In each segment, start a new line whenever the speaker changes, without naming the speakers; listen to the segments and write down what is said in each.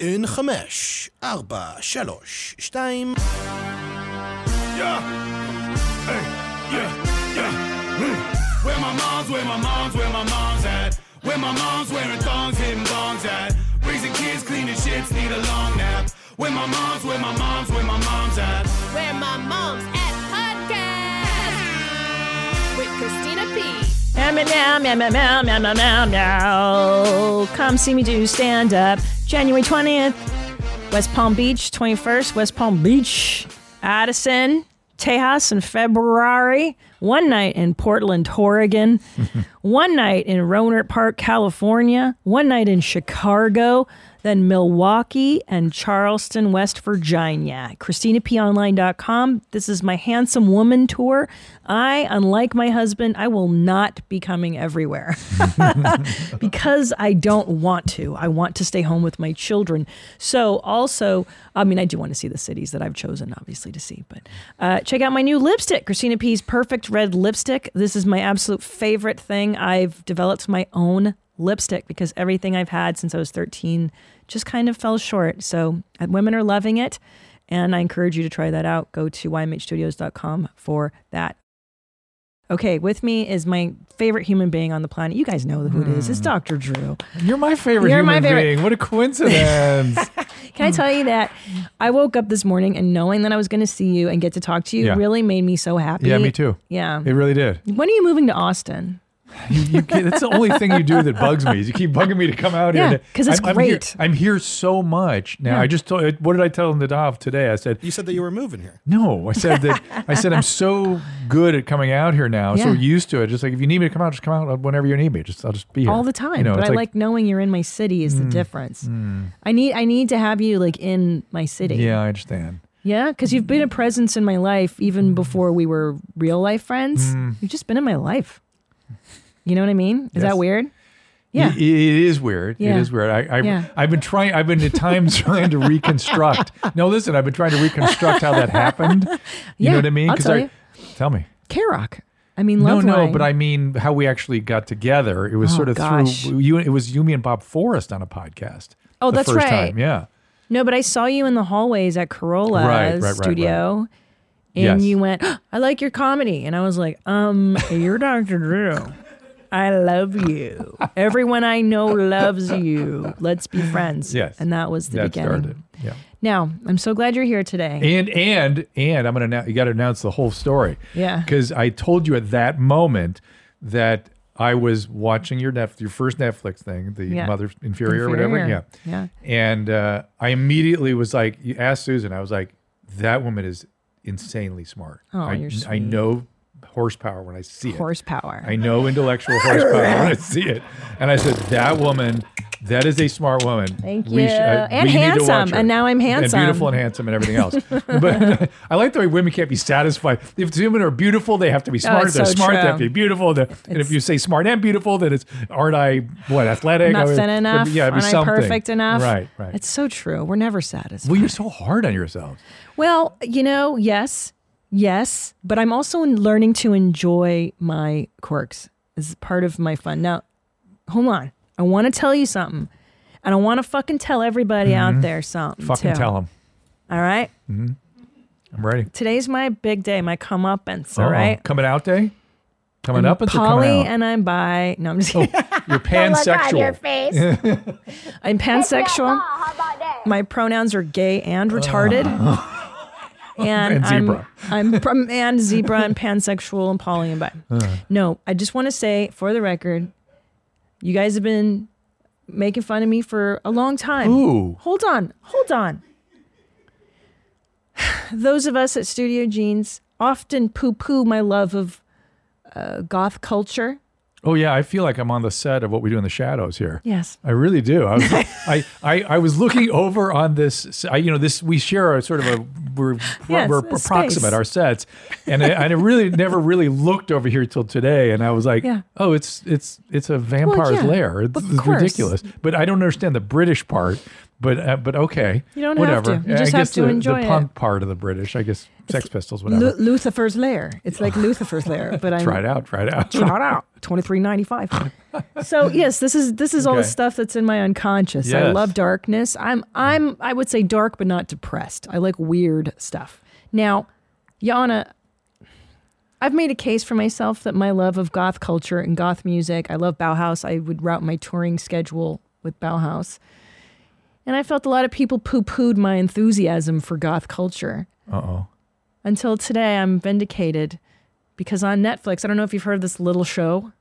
אין חמש, ארבע, שלוש, שתיים.
Yeah. Hey, yeah, yeah. Mm. Where my mom's, where my mom's, where my mom's at. Where my mom's wearing thongs, hitting bongs at. Raising kids, cleaning shits, need a long nap. Where my mom's, where my mom's, where my mom's at.
Where My Mom's at Podcast with Christina P.
Meow, meow, meow, meow, meow, meow, meow, meow, meow. Come see me do stand up January 20th, West Palm Beach, 21st, West Palm Beach, Addison, Tejas in February, one night in Portland, Oregon, one night in Roanert Park, California, one night in Chicago, then Milwaukee and Charleston, West Virginia. ChristinaPOnline.com. This is my Handsome Woman tour. I, unlike my husband, I will not be coming everywhere because I don't want to. I want to stay home with my children. So, also, I mean, I do want to see the cities that I've chosen, obviously, to see. But uh, check out my new lipstick, Christina P's Perfect Red Lipstick. This is my absolute favorite thing. I've developed my own lipstick because everything I've had since I was 13 just kind of fell short. So, uh, women are loving it. And I encourage you to try that out. Go to ymhstudios.com for that. Okay, with me is my favorite human being on the planet. You guys know who it is. It's Dr. Drew.
You're my favorite
You're
human
my favorite.
being. What a coincidence.
Can I
Mm.
tell you that I woke up this morning and knowing that I was going to see you and get to talk to you
Yeah.
really made me so happy.
yeah, me too.
Yeah.
It really did.
When are you moving to Austin?
You can't- that's the only thing you do that bugs me. Is you keep bugging me to come out
Yeah,
here.
'cause it's
I'm,
great.
I'm here, I'm here so much now. I just told. What did I tell Nadav today? I said
You said that you were moving here.
no. I said that. I said I'm so good at coming out here now. So
Yeah.
used to it. Just like if you need me to come out, just come out whenever you need me. Just I'll just be here
All the time.
You know,
but
it's Mm.
I like, knowing you're in my city is the difference. I need I need to have you like in my city.
Yeah, I understand.
Yeah, cuz you've been a presence in my life
Mm.
even before we were real life friends. You've just been in my life. You know what I mean? Is
Yes.
that weird? Yeah.
It- it is weird.
Yeah.
It is weird. I, I,
Yeah.
I've been trying, I've been at times trying to reconstruct. No, listen, I've been trying to reconstruct how that happened. You
Yeah,
know what I mean?
I'll tell
I,
you.
tell me.
K-Rock. I mean, love
no,
line.
no, but I mean how we actually got together. It was
Oh,
sort of
gosh.
through you. It was Yumi and Bob Forrest on a podcast.
Oh,
the
that's
first
right.
Time. Yeah.
No, but I saw you in the hallways at Corolla
Right, right, right,
Studio. And
Yes.
you went, I like your comedy. And I was like, um, you're Dr. Drew. I love you. Everyone I know loves you. Let's be friends.
Yes.
And that was the
that
beginning.
started. Yeah.
Now, I'm so glad you're here today.
And and and I'm gonna annou- you got to announce the whole story.
Yeah.
Because I told you at that moment that I was watching your Netflix, your first Netflix thing, the
Yeah.
Mother Inferior, or whatever. Yeah.
Inferior. Yeah.
And uh, I immediately was like, you asked Susan, I was like, that woman is insanely smart.
Oh,
I,
you're
I know horsepower when I see it.
Horsepower.
I know intellectual horsepower when I see it. And I said, that woman, that is a smart woman.
Thank
We
you.
uh,
And
we need to watch
handsome.
her.
And now I'm handsome.
And beautiful and handsome and everything else. but I like the way women can't be satisfied. If women are beautiful, they have to be smart.
Oh, it's
if they're
so
smart, they
true.
have to be beautiful. They're- and if
It's-
you say smart and beautiful, then it's aren't I what athletic?
Not
I mean,
thin
it'd be-
enough.
Yeah, it'd be
aren't I
something.
perfect enough?
Right, right.
It's so true. We're never satisfied.
well, you're so hard on yourselves.
Well, you know, yes, yes, but I'm also in- learning to enjoy my quirks as part of my fun. Now, hold on. I want to tell you something, and I want to fucking tell everybody out there something.
Mm-hmm. Fucking
too.
tell them.
All right.
I'm ready.
Today's my big day, my comeuppance. All
Uh-oh.
right.
Coming out day? Coming up and
Polly
coming out.
and Oh I'm bi. No, I'm just
Oh.
kidding.
You're pansexual.
I'm pansexual. My pronouns are gay and retarded. And,
And zebra.
I'm, I'm from and zebra and pansexual and poly and bi.
Uh.
No, I just want to say for the record, you guys have been making fun of me for a long time.
Ooh.
Hold on, hold on. Those of us at Studio Jeans often poo-poo my love of uh, goth culture.
Oh yeah, I feel like I'm on the set of what we do in the shadows here.
Yes.
I really do. I was, I, I, I was looking over on this. I, you know, this we share a sort of a we're,
Yes,
we're
a space.
approximate our sets, and I, I really never really looked over here till today, and I was like,
Yeah.
oh, it's it's it's a vampire's
yeah.
lair. It's,
Of
it's
course.
ridiculous. But I don't understand the British part But uh, but okay.
You don't have
whatever.
to. You
I
just have
guess
to
the,
enjoy
the
it.
punk part of the British. I guess Sex Pistols,
Lu-
whatever.
Lucifer's Lair. It's like Lucifer's Lair, but I'm
try it out. Try it out.
Try it out. Twenty three ninety five.
So yes, this is this is all the
Okay.
stuff that's in my unconscious. I
Yes.
love darkness. I'm I'm I would say dark but not depressed. I like weird stuff. Now, Yana, I've made a case for myself that my love of goth culture and goth music, I love Bauhaus. I would route my touring schedule with Bauhaus. And I felt a lot of people poo-pooed my enthusiasm for goth culture.
Uh oh.
Until today I'm vindicated because on Netflix, I don't know if you've heard of this little show,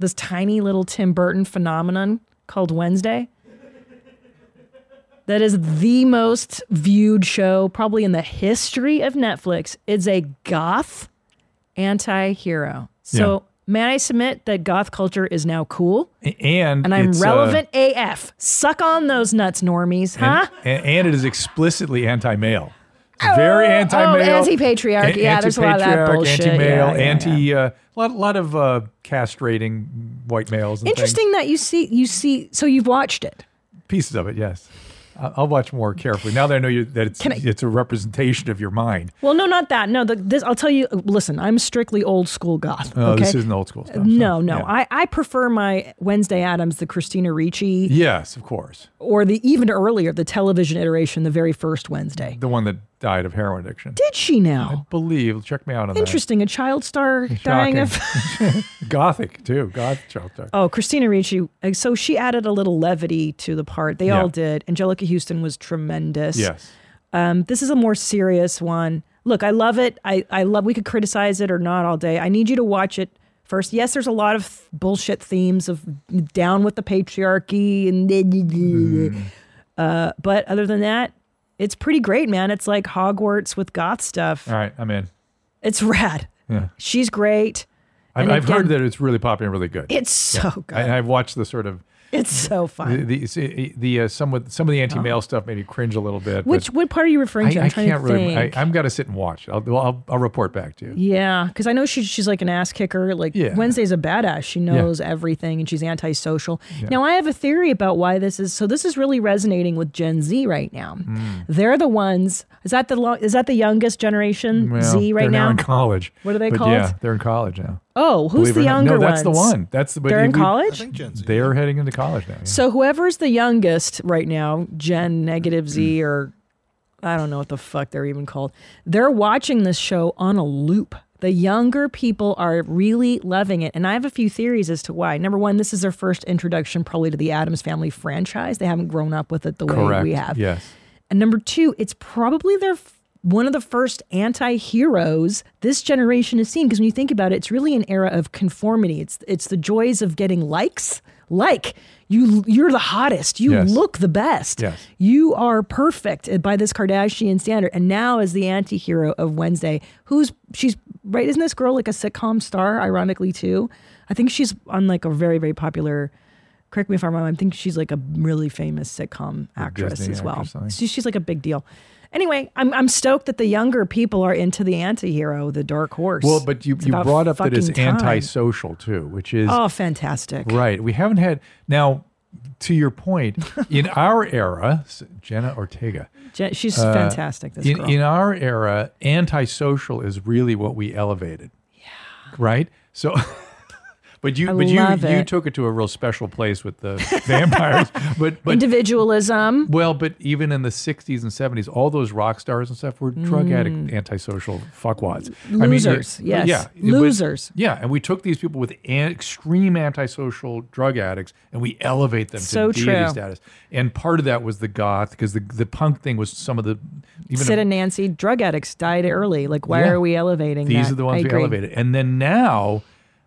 this tiny little Tim Burton phenomenon called Wednesday. That is the most viewed show probably in the history of Netflix. It's a goth anti hero. So,
Yeah.
may I submit that goth culture is now cool
And
and I'm
it's, uh,
relevant AF? Suck on those nuts, normies, huh?
and, and, and it is explicitly anti-male. It's very
Oh, oh,
anti-male.
anti-patriarchy.
an-
Yeah, there's a lot of that
anti-patriarch,
bullshit. Yeah,
Anti-male,
yeah, yeah.
anti, uh, lot, lot of uh, castrating white males. And things.
Interesting that you see you see so you've watched it.
pieces of it. Yes, I- I'll watch more carefully now that I know you, that it's
Can I-
it's a representation of your mind.
Well, no, not that. No, the, this I'll tell you. Listen, I'm strictly old school goth.
Oh,
okay?
this isn't old school stuff. so,
No, no.
yeah.
I, I prefer my Wednesday Adams, the Christina Ricci,
yes, of course,
or the even earlier, the television iteration, the very first Wednesday.
the one that died of heroin addiction.
Did she now?
Believe, check me out on
Interesting. A child star
that.
dying of.
Shocking. gothic too. Goth child star.
Oh, Christina Ricci. uh, So she added a little levity to the part. They
Yeah.
all did. Angelica Houston was tremendous.
Yes,
Um, this is a more serious one. Look, I love it. I, I love we could criticize it or not all day. I need you to watch it first. Yes, there's a lot of th- bullshit themes of down with the patriarchy and uh, but other than that, it's pretty great, man. It's like Hogwarts with goth stuff.
all right, I'm in.
It's rad.
Yeah.
She's great.
I've,
And
I've heard
again-
that it's really popular and really good.
It's so good.
I, I've watched the sort of
it's so fun.
the the, see, the uh, some with some of the anti-male stuff made me cringe a little bit. but
Uh-huh. Which what part are you referring to?
I,
I'm
I
trying
can't
to
really. I,
think.
I'm gonna sit and watch. I'll, well, I'll I'll report back to you.
Yeah, because I know she's she's like an ass kicker. Like
Yeah.
Wednesday's a badass. She knows everything and she's antisocial. Now I have a theory about why this is. So this is really resonating with Gen Z right now.
Hmm.
They're the ones. Is that the lo- is that the youngest generation
Well,
Z right
they're
now?
in college.
What are they
But
called?
Yeah, they're in college now.
oh, who's
Believe
the
it or not.
younger
No, that's the
ones?
one. That's the. but
They're in
we-
I
college.
think Gen Z.
They're heading into college now. yeah.
So whoever's the youngest right now, Gen negative Z
Mm.
or I don't know what the fuck they're even called. They're watching this show on a loop. The younger people are really loving it. And I have a few theories as to why. Number one, this is their first introduction probably to the Adams Family franchise. They haven't grown up with it the way
Correct.
we have.
Yes.
And number two, it's probably their f- one of the first anti-heroes this generation has seen. Because when you think about it, it's really an era of conformity. It's it's the joys of getting likes. Like you, you're the hottest. You
Yes.
look the best.
Yes.
You are perfect by this Kardashian standard. And now is the anti-hero of Wednesday. Who's she's right? Isn't this girl like a sitcom star? Ironically, too. I think she's on like a very very popular. Correct me if I'm wrong. I think she's like a really famous sitcom actress
Disney
as well.
actress, I think.
She- she's like a big deal. Anyway, I'm I'm stoked that the younger people are into the anti-hero, the dark horse.
Well, but you,
It's
you
about
brought up that it's
fucking time.
antisocial too, which is
Oh, fantastic!
right. We haven't had now. To your point, in our era, s- Jenna Ortega,
Je- she's
Uh,
fantastic. This
in,
girl.
in our era, antisocial is really what we elevated. Yeah. Right. So, but you, but
love
you, you
it.
took it to a real special place with the vampires. but, but
Individualism.
well, but even in the '60s and '70s, all those rock stars and stuff were drug addict, antisocial fuckwads. I mean,
Mm. Losers,
yeah,
yes.
yeah, but-
Losers.
yeah, and we took these people with an, extreme antisocial drug addicts, and we elevate them
So
to deity
true.
status. And part of that was the goth, because the the punk thing was some of the even
Sid and Nancy, drug addicts died early. Like, why
Yeah.
are we elevating?
these
that?
are the ones
I
we
agree.
elevated. And then now,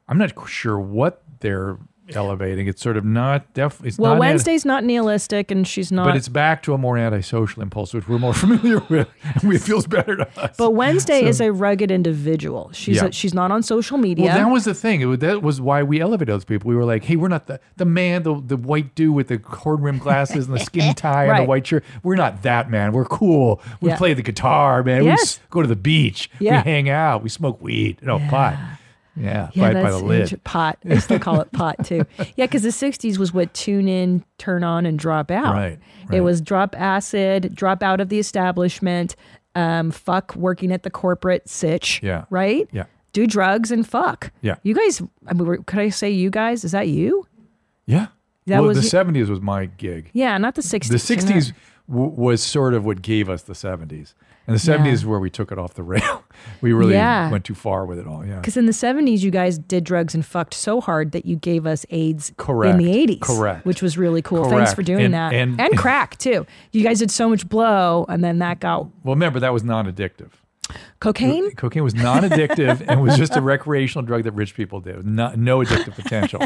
I'm not sure what they're elevating. It's sort of not def. It's
Well,
not anti-
Wednesday's not nihilistic, and she's not.
But it's back to a more antisocial impulse, which we're more familiar with, and it feels better to us.
But Wednesday is a rugged individual. She's
Yeah.
a, she's not on social media.
Well, that was the thing. It was, that was why we elevated those people. We were like, hey, we're not the, the man, the, the white dude with the horn rimmed glasses and the skinny tie and
Right.
the white shirt. We're not that man. We're cool. We
Yeah.
play the guitar, man. We
Yes.
s- go to the beach.
Yeah.
We hang out. We smoke weed. No, pot. Yeah,
Yeah,
by, by the
that's
lid.
inter- pot. I still call it pot too. Yeah, because the '60s was what tune in, turn on, and drop out.
Right,
It
right.
was drop acid, drop out of the establishment, um, fuck working at the corporate sitch.
Yeah.
Right.
Yeah.
Do drugs and fuck.
Yeah.
You guys. I mean, were- could I say you guys? Is that you?
Yeah.
That
well,
was-
the 70s was my gig.
Yeah, not the '60s.
The
You're not-
60s w- was sort of what gave us the 70s. And the 70s is where we took it off the rail. We really
Yeah.
went too far with it all. Yeah.
Because in the 70s, you guys did drugs and fucked so hard that you gave us AIDS
Correct.
in the 80s.
Correct.
Which was really cool. Thanks
Correct.
for doing
And-
that.
and-
crack, too. You guys did so much blow, and then that got
Well, remember, that was non addictive.
cocaine?
Cocaine was non addictive and was just a recreational drug that rich people did. It was Not, no addictive potential.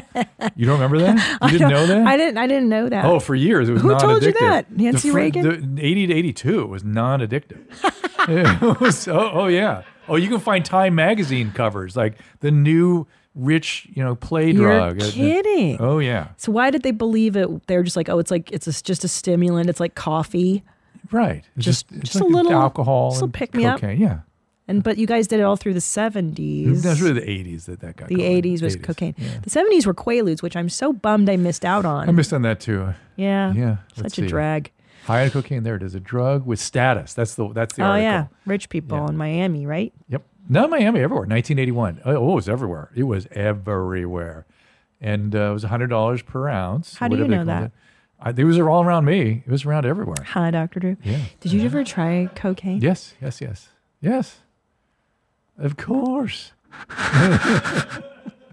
You don't remember that? You didn't know that?
I didn't, I didn't know that.
Oh, for years it was
Uh, Who
non-addictive.
told you that?
The
Nancy
fir-
Reagan?
the eighty to eighty-two was non-addictive. It was- oh, oh, yeah. Oh, you can find Time magazine covers like the new rich, you know, play
You're
drug.
kidding.
Oh yeah,
So why did they believe it? They were just like, oh, it's like, it's a, just a stimulant. It's like coffee.
right. It's
Just-
it's
just a
like
little-
alcohol,
just a
and
pick-me-up.
cocaine. Yeah,
And, but you guys did it all through the 70s.
that's really the eighties that that got.
the
going.
80s was cocaine. The 70s were Quaaludes, which I'm so bummed I missed out on.
I missed on that too.
yeah.
Yeah, let's
Such a
see.
drag.
High on cocaine. There it is. A drug with status. That's the that's the
Oh,
article.
yeah. Rich people
Yeah.
in Miami, right?
Yep. Not Miami, everywhere. 1981. Oh, it was everywhere. It was everywhere. And uh, it was $100 per ounce.
How do you
whatever they
know
called
that?
It. I, it was all around me. It was around everywhere.
Hi, Dr. Drew.
Yeah.
Did you ever try cocaine?
Yes, yes, yes. Yes. Of course.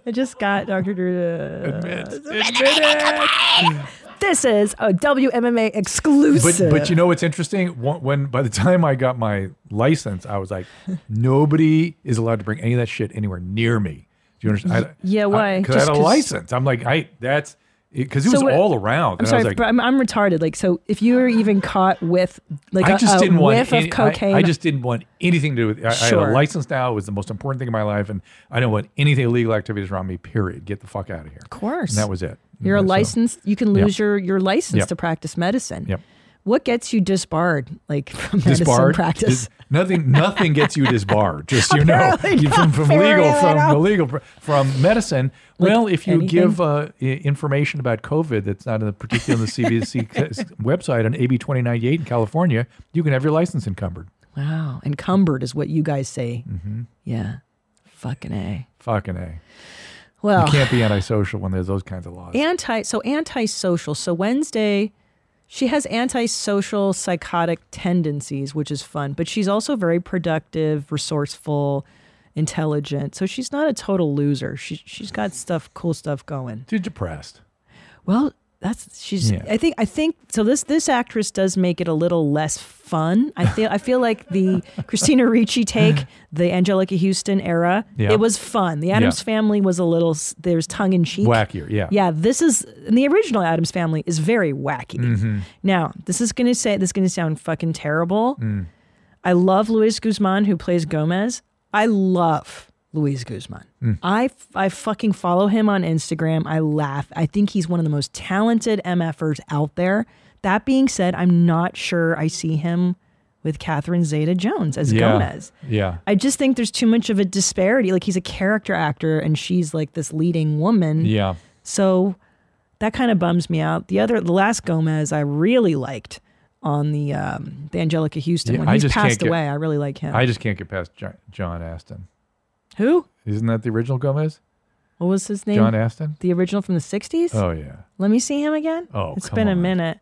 I just got Dr. Drew to.
Admit, admit it.
This is a WMMA exclusive.
But, but you know what's interesting? When, when by the time I got my license, I was like, nobody is allowed to bring any of that shit anywhere near me. Do you understand? I-
yeah,
I-
why?
'cause I,
Just
had a
'cause-
license. I'm like, I that's because it,
So
was
what-
all around.
I'm
and I
sorry,
was like,
but I'm, I'm retarded. Like, so if you were even caught with like a
I just
a
didn't want
whiff
any-
of
I-
cocaine,
I, just didn't want anything to do with. I, I had
Sure.
a license now. It was the most important thing in my life, and I don't want anything illegal activities around me. Period. Get the fuck out of here.
of course,
And that was it.
You're a
So-
licensed. You can lose your your license
Yep.
to practice medicine.
Yep.
What gets you disbarred, like from medicine
Disbarred
practice?
Dis- nothing. Nothing gets you disbarred. Just so you know,
Apparently
You- from,
not.
from
Apparently
legal, from
not.
illegal, pr- from medicine. well, if you
anything?
give uh, i- information about COVID that's not in the particular on the CBC website on AB twenty ninety eight in California, you can have your license encumbered.
wow, encumbered is what you guys say.
Mm-hmm.
Yeah, fucking a.
Fucking a.
Well,
You can't be antisocial when there's those kinds of laws.
anti so antisocial. So Wednesday, she has antisocial psychotic tendencies, which is fun, but she's also very productive, resourceful, intelligent. So she's not a total loser. She she's got stuff, cool stuff going.
Too depressed.
Well, that's she's
Yeah.
I think I think so this this actress does make it a little less fun. I feel I feel like the Christina Ricci take, the Angelica Houston era,
Yeah.
it was fun. The Adams family was a little s- there's tongue in cheek.
Wackier, yeah.
Yeah, this is and the original Adams family is very wacky.
Mm-hmm.
Now, this is gonna say this is gonna sound fucking terrible.
Mm.
I love Luis Guzman who plays Gomez. I love Luis Guzman.
Mm.
I, I fucking follow him on Instagram. I laugh. I think he's one of the most talented MFers out there. That being said, I'm not sure I see him with Catherine Zeta Jones as
Yeah.
Gomez.
Yeah.
I just think there's too much of a disparity. Like he's a character actor and she's like this leading woman.
Yeah.
So that kind of bums me out. The other, the last Gomez, I really liked on the um, the Angelica Houston
Yeah,
when
I
he's
just can't
passed
get-
away. I really like him.
I just can't get past Jo- John Aston.
Who?
Isn't that the original Gomez?
What was his name?
John Aston?
the original from the '60s.
Oh yeah.
Let me see him again.
Oh,
it's
come
been a
on.
minute.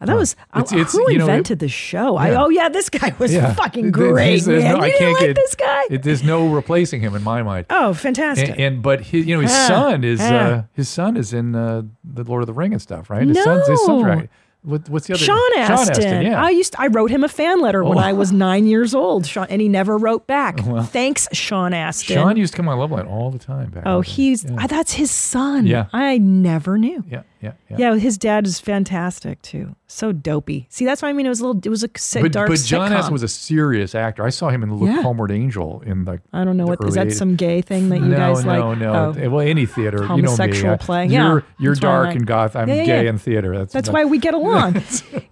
Uh, That was I-
It's- it's-
who
you know, it-
invented the show. I,
Yeah.
oh yeah, this guy was
Yeah.
fucking
Th-
great,
there's- there's
man.
no-
you didn't like this guy?
it- there's no replacing him in my mind.
oh,
And,
fantastic!
and but his, you know, his
Ah,
son is
ah.
uh, his son is in uh, the Lord of the Ring and stuff, right? His son's his son's
No.
right. What, what's the other?
Sean Astin.
yeah. Oh.
I used I wrote him a fan letter when I was nine years old, Sean, and he never wrote back. Thanks, Sean Astin.
Sean used to come on Loveline all the time back.
oh,
in the day.
he's I- that's his son.
Yeah.
I never knew.
yeah. yeah, yeah.
Yeah, his dad is fantastic too. So dopey. See, that's what I mean. It was a little. It was a sit-
But,
dark
but John
sitcom.
S. was a serious actor. I saw him in Look
Yeah.
Homeward Angel in like
I don't know
the
what is that
early 80s.
some gay thing that you
no,
guys
no,
like?
no.
Oh.
Well, any theater, you know me.
Homosexual
I-
play. Yeah,
You're, you're
that's what I
dark
meant.
and goth. I'm
Yeah, yeah,
gay
yeah.
in theater. That's,
That's why we get along.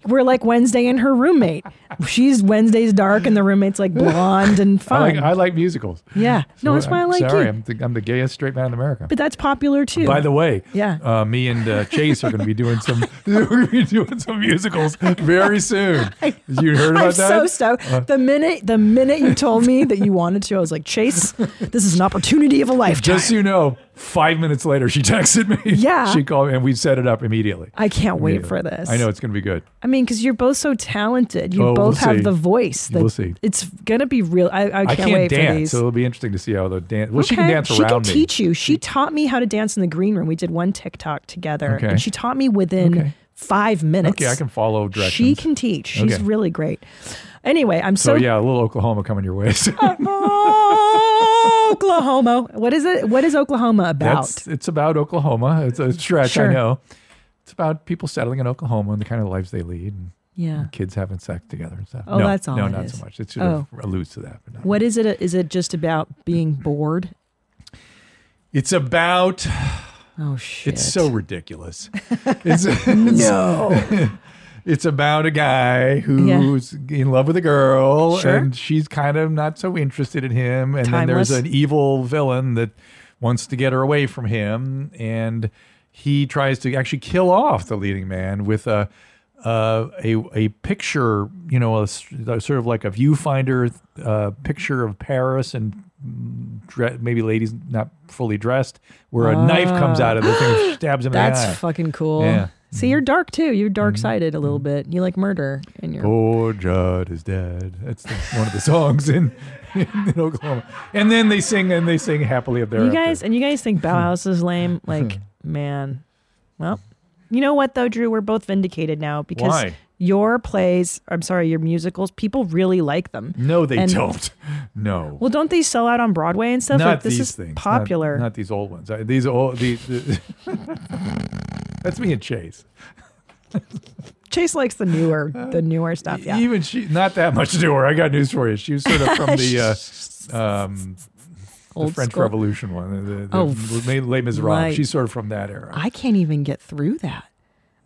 We're like Wednesday and her roommate. She's Wednesday's dark and the roommate's like blonde and
I
fun.
like, I like musicals.
yeah. No,
So
that's why I
I'm
like
sorry,
you.
I'm the, I'm the gayest straight man in America.
But that's popular too.
By the way,
Yeah.
uh, me and uh, Chase are going to be doing some we're going to be doing some musicals very soon. You heard about
I'm
that?
so
Uh.
stoked. the minute the minute you told me that you wanted to, I was like, Chase, this is an opportunity of a lifetime.
Just so you know, five minutes later, she texted me.
Yeah.
she called me, and we set it up immediately.
I can't wait
Immediately.
for this.
I know it's going to be good.
I mean, because you're both so talented. You
Oh,
both
we'll
have
see.
the voice. That
We'll see.
It's gonna be real. I, I, can't,
I can't
wait for
dance,
these.
so it'll be interesting to see how the dance. Well, she can
Okay.
dance
She can
around me.
teach you. She taught me how to dance in the green room. We did one TikTok together,
Okay.
and she taught me within
Okay.
five minutes.
Okay, I can follow directions.
She can teach. She's
Okay.
really great. Anyway, I'm
So
so,
yeah, a little Oklahoma coming your way. So
Oklahoma. What is it? What is Oklahoma about?
that's it's about Oklahoma. It's a stretch,
Sure.
I know. It's about people settling in Oklahoma and the kind of lives they lead. And
yeah.
kids having sex together and stuff.
Oh,
no,
that's all
No,
it
not
is.
so much. It sort of alludes to that. But not.
What is it? Is it just about being bored?
It's about.
Oh shit!
It's so ridiculous. It's, no. It's about a guy who's in love with a girl,
Sure.
and she's kind of not so interested in him. And
Timeless.
then there's an evil villain that wants to get her away from him, and he tries to actually kill off the leading man with a uh, a a picture, you know, a, s- a sort of like a viewfinder uh, picture of Paris and dre- maybe ladies not fully dressed, where a knife comes out of the thing and stabs him
That's
in the eye.
fucking cool.
Yeah. Mm-hmm.
See, you're dark too. You're dark sided a little bit. You like murder, and you're
Poor Oh, Judd is dead. That's the, one of the songs in, in, Oklahoma. And then they sing and they sing happily up there.
You guys and you guys think Bauhaus is lame? Like, man. Well, you know what though, Drew? We're both vindicated now because
Why?
your plays, I'm sorry, your musicals, people really like them.
No, they
And-
don't. No.
Well, don't they sell out on Broadway and stuff?
not
like this
these
is
things. Not-
popular.
Not, these old ones. I, these old. The, the, that's me and Chase.
Chase likes the newer, the newer stuff. Yeah.
Uh, e- Even she, not that much newer. I got news for you. She was sort of from the uh, um, the
Old
French
school.
Revolution one. The, the, the
Oh,
Les Miserables.
right.
She's sort of from that era.
I can't even get through that.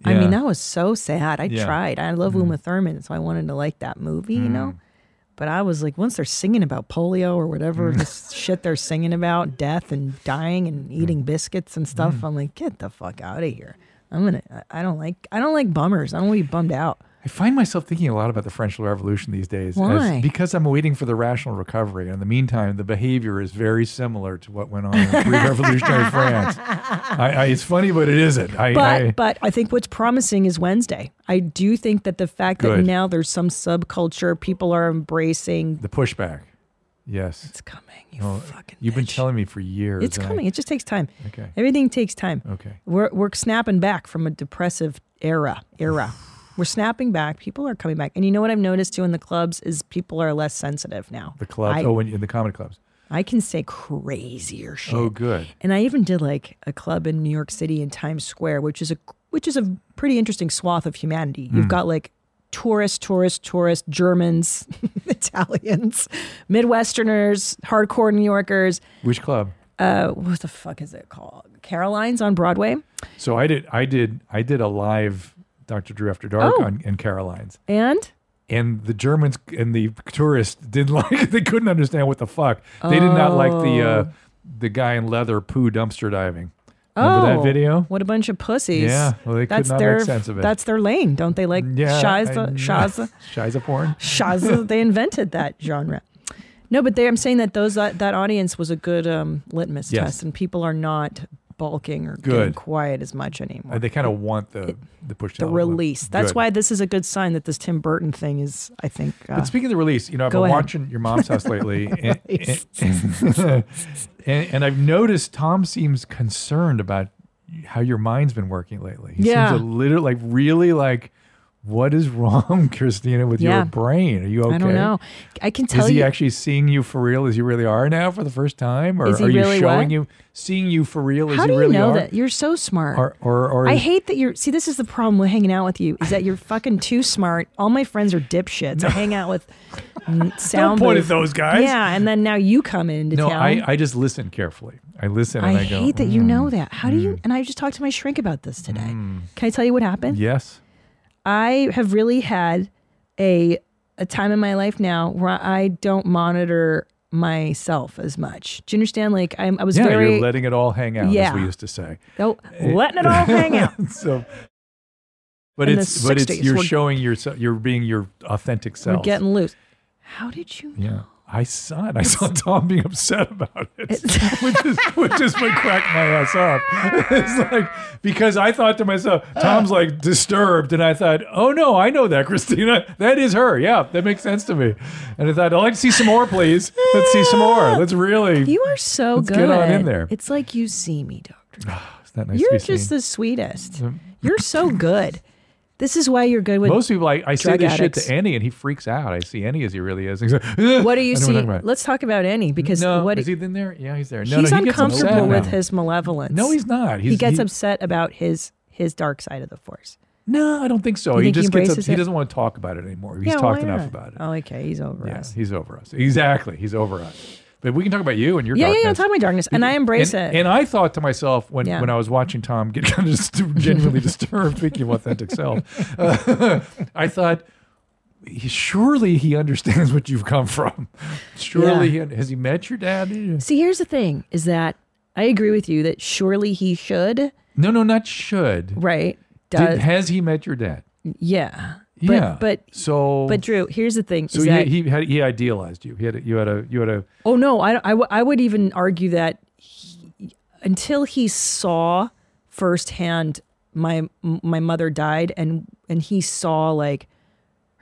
I mean,
Yeah.
that was so sad. I
Yeah. Mm.
tried. I love Uma Thurman, so I wanted to like that movie, you know? But I was like, once they're singing about polio or whatever
Mm.
this shit they're singing about, death and dying and eating biscuits and stuff,
Mm.
I'm like, get the fuck out of here. I'm gonna. I- I don't like. I don't like bummers. I don't want to be bummed out.
I find myself thinking a lot about the French Revolution these days. as-
Why?
because I'm waiting for the rational recovery. And in the meantime, the behavior is very similar to what went on in pre-revolutionary France. I, I, it's funny, but it isn't. I,
But
I,
but I think what's promising is Wednesday. I do think that the fact that
Good.
now there's some subculture, people are embracing.
the pushback. Yes. Oh,
It's coming. You fucking.
You've been
bitch.
telling me for years.
It's
and I-
coming. it just takes time.
Okay.
Everything takes time.
Okay.
We're we're snapping back from a depressive era. Era. We're snapping back. People are coming back. And you know what I've noticed too in the clubs is people are less sensitive now.
the clubs.
I,
oh, in, in the comedy clubs.
I can say crazier shit.
Oh, good.
And I even did like a club in New York City in Times Square, which is a which is a pretty interesting swath of humanity.
Hmm.
You've got like tourists, tourists, tourists, Germans, Italians, Midwesterners, hardcore New Yorkers.
Which club?
Uh, what the fuck is it called? Caroline's on Broadway.
So I did. I did. I did a live Dr. Drew After Dark
Oh.
on in Caroline's.
And
and the Germans and the tourists didn't like. They couldn't understand what the fuck. They did not like the uh,
Oh.
the guy in leather poo dumpster diving. Remember that video?
Oh, What a bunch of pussies.
Yeah, well, they could not make
their,
sense of it. Mm,
That's their lane, don't they? Like
Yeah, I-
Shaza, Shaza,
Shiza porn.
Shaza. They invented that genre. No, but they, I'm saying that those that, that audience was a good um, litmus
Yes.
test, and people are not balking or getting
Good.
quiet as much anymore.
Uh, they kind of want the the push.
the release. That's why this is a good sign that this Tim Burton thing is, I think. Uh,
But speaking of the release, you know, I've
Go
been
ahead.
watching your mom's house lately, and, and, and- and I've noticed Tom seems concerned about how your mind's been working lately. He
Yeah.
seems a little like really like What is wrong, Christina, with
Yeah.
your brain? Are you okay?
I don't know. I can tell
Is he
you.
actually seeing you for real as you really are now for the first time, or
Is he
are you
really
showing
what?
you seeing you for real as
how do
you
you
really
know
are?
that? You're so smart.
Or, or, or
I
is-
hate that you're. See, this is the problem with hanging out with you is that you're fucking too smart. All my friends are dipshits. I hang out with n- sound.
point
booth-
at those guys.
Yeah, and then now you come into
no,
town.
I, I just listen carefully. I listen
I
and I,
hate
go. mm,
that you know that. How do you? And I just talked to my shrink about this today. Can I tell you what happened?
"Mm, Yes.
I have really had a a time in my life now where I don't monitor myself as much. Do you understand? Like I'm, I was
Yeah,
very
you're letting it all hang out, as
Yeah.
we used to say.
oh, letting it all hang out.
so, but
In the
it's but it's
60s,
you're
we're-
showing yourself. You're being your authentic self.
We're getting loose. How did you?
yeah. I saw it. I saw Tom being upset about it, which is which is what cracked my ass up. It's like because I thought to myself, Tom's like disturbed, and I thought, oh no, I know that Christina, that is her. Yeah, that makes sense to me. And I thought, I'd like to see some more, please. Let's see some more. Let's really.
You are so
Let's
good.
get on in there. Ah,
It's like you see me, doctor.
It's not nice to
You're
be
just
seen.
the sweetest. You're so good. This is why you're good with
Uh, Most people, I, I say
drug
this shit
addicts.
to Andy, and he freaks out. I see Andy as he really is. He's like, "Ugh."
What do you
I know we're
see?
talking about.
Let's talk about any because
no,
what
is he in there? Yeah, he's there. No,
he's
no, he gets
uncomfortable
upset
with
now.
his malevolence.
No, he's not. He's,
he gets
he-
upset about his his dark side of the force.
No, I don't think so.
You
he
think he
just gets.
embraces
Up, he
it?
doesn't want to talk about it anymore. He's
Yeah,
talked
why
enough
not?
about it.
Oh, okay, he's over
yeah,
us.
he's over us. Exactly. He's over us. But we can talk about you and your
Yeah, yeah,
darkness.
yeah. Tell me darkness, and I embrace
and,
it.
and I thought to myself when,
Yeah.
when I was watching Tom get kind of just genuinely disturbed, thinking of authentic self, uh, I thought, he, surely he understands what you've come from. Surely he has he met your dad?
See, here's the thing: is that I agree with you that surely he should,
No, no, not should.
right?
Did,
Does
has he met your dad?
yeah,
yeah.
but but
so
but Drew, here's the thing:
so
is
he,
that
he had he idealized you. He had a, you had a you had a
oh no, I, I w- I would even argue that he, until he saw firsthand my my mother died and and he saw like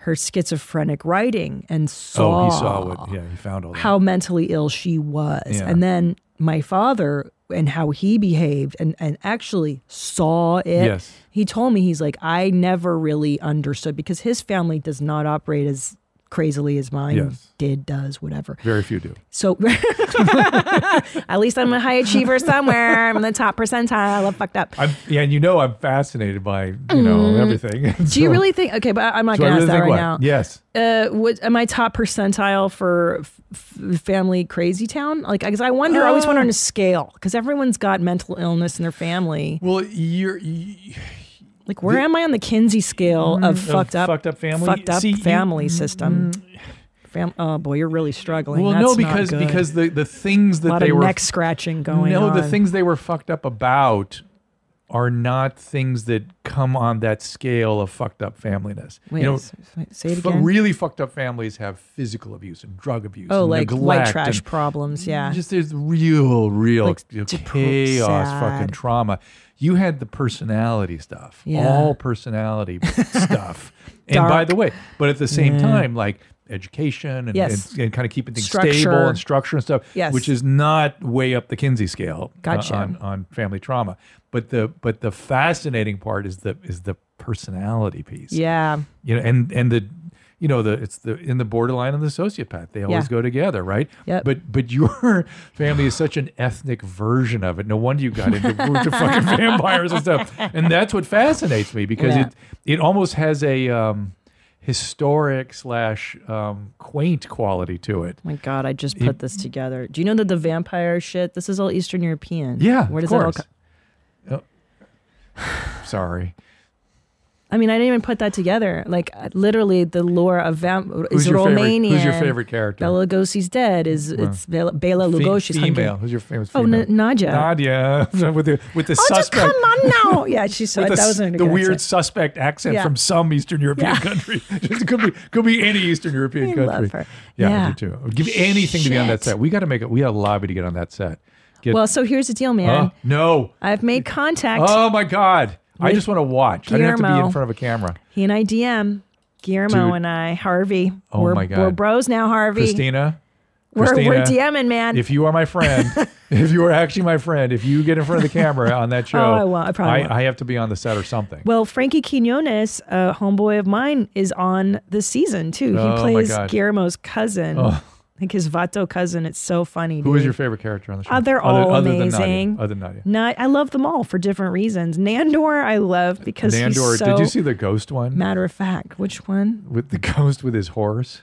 her schizophrenic writing and saw
oh he saw what yeah he found all that.
how mentally ill she was.
Yeah.
And then my father and how he behaved and, and actually saw it.
Yes.
He told me, he's like, I never really understood because his family does not operate as crazily as mine
Yes.
did, does, whatever.
very few do.
So at least I'm a high achiever somewhere. I'm in the top percentile of fucked up.
I'm yeah, and you know I'm fascinated by you know everything.
Mm-hmm. Do you really think? Okay, but I- I'm not
So I
going to
really
ask that
think
right
what?
now.
Yes.
uh, what am I top percentile for f- f- family crazy town? Like, because I wonder, I always wonder on
Oh.
a scale because everyone's got mental illness in their family.
Well, you're you,
Like, where am I on the Kinsey scale of fucked up,
Mm, fucked up family?
fucked up
See, you- mm,
family system? Fam- oh boy, you're really struggling.
well,
That's
no,
not
because
good.
because the the things
a
that
lot
they
of
were
neck scratching going
no
on.
the things they were fucked up about are not things that come on that scale of fucked up familyness.
Wait,
you know,
s- wait, say it
fu-
again.
really fucked up families have physical abuse and drug abuse.
oh,
and
like white
neglect
trash
and-
problems. Yeah,
Just there's real, real
Like,
you know,
depre-
chaos,
sad.
fucking trauma. You had the personality stuff,
Yeah.
all personality stuff. And by
Dark.
the way, but at the same time, like education and,
Yes.
and, and kind of keeping things stable
Structure.
and structure and stuff,
Yes.
which is not way up the Kinsey scale uh,
Gotcha.
on, on family trauma. But the but the fascinating part is the is the personality piece
yeah.
you know and and the you know the it's the in the borderline and the sociopath they always
Yeah.
go together right
Yep.
but but your family is such an ethnic version of it no wonder you got into to fucking vampires and stuff and that's what fascinates me because
Yeah.
it it almost has a um historic slash um quaint quality to it
My God, I just put this together. Do you know that the vampire shit? This is all Eastern European.
yeah
where does
of
that all
course.
come?
Oh. sorry
I mean, I didn't even put that together. Like uh, literally, the lore of Vam
Who's
is
your favorite-
Romanian.
who's your favorite character?
Bela Lugosi's dead. Is it's Bela, Bela
Fe-
Lugosi's
female
Hungarian.
who's your famous
Oh,
female?
N- Nadia.
Nadia with the with the
Oh, just
suspect
come on now. Yeah, she's so
with
that
the,
was
the weird suspect accent
Yeah.
from some Eastern European
Yeah.
country. Just could be could be any Eastern European
I
country.
love her.
Yeah, I
Yeah.
do too. Give me anything to be on that
Shit.
set. We got to make it. We got to lobby to get on that set. Get,
Well, so here's the deal, man.
Huh? no.
I've made contact.
Oh my God. I just want to watch. I don't have to be
Guillermo.
in front of a camera.
He and I DM. Guillermo
Dude.
and I, Harvey.
Oh
we're,
my God.
we're bros now, Harvey.
Christina,
We're, we're
Christina,
DMing, man.
If you are my friend, if you are actually my friend, if you get in front of the camera on that show,
Oh, I won't. I probably won't.
I, have to be on the set or something.
well, Frankie Quinones, a homeboy of mine, is on this season too. He
Oh, my
plays
God. Oh.
Guillermo's cousin, like his Vato cousin. It's so funny.
Who is
dude.
your favorite character on the show?
Uh, they're all amazing.
Than Nadia, other than Nadia.
Not, I love them all for different reasons. Nandor, I love because
Nandor,
he's so
did you see the ghost one?
matter of fact. Which one?
with the ghost with his horse.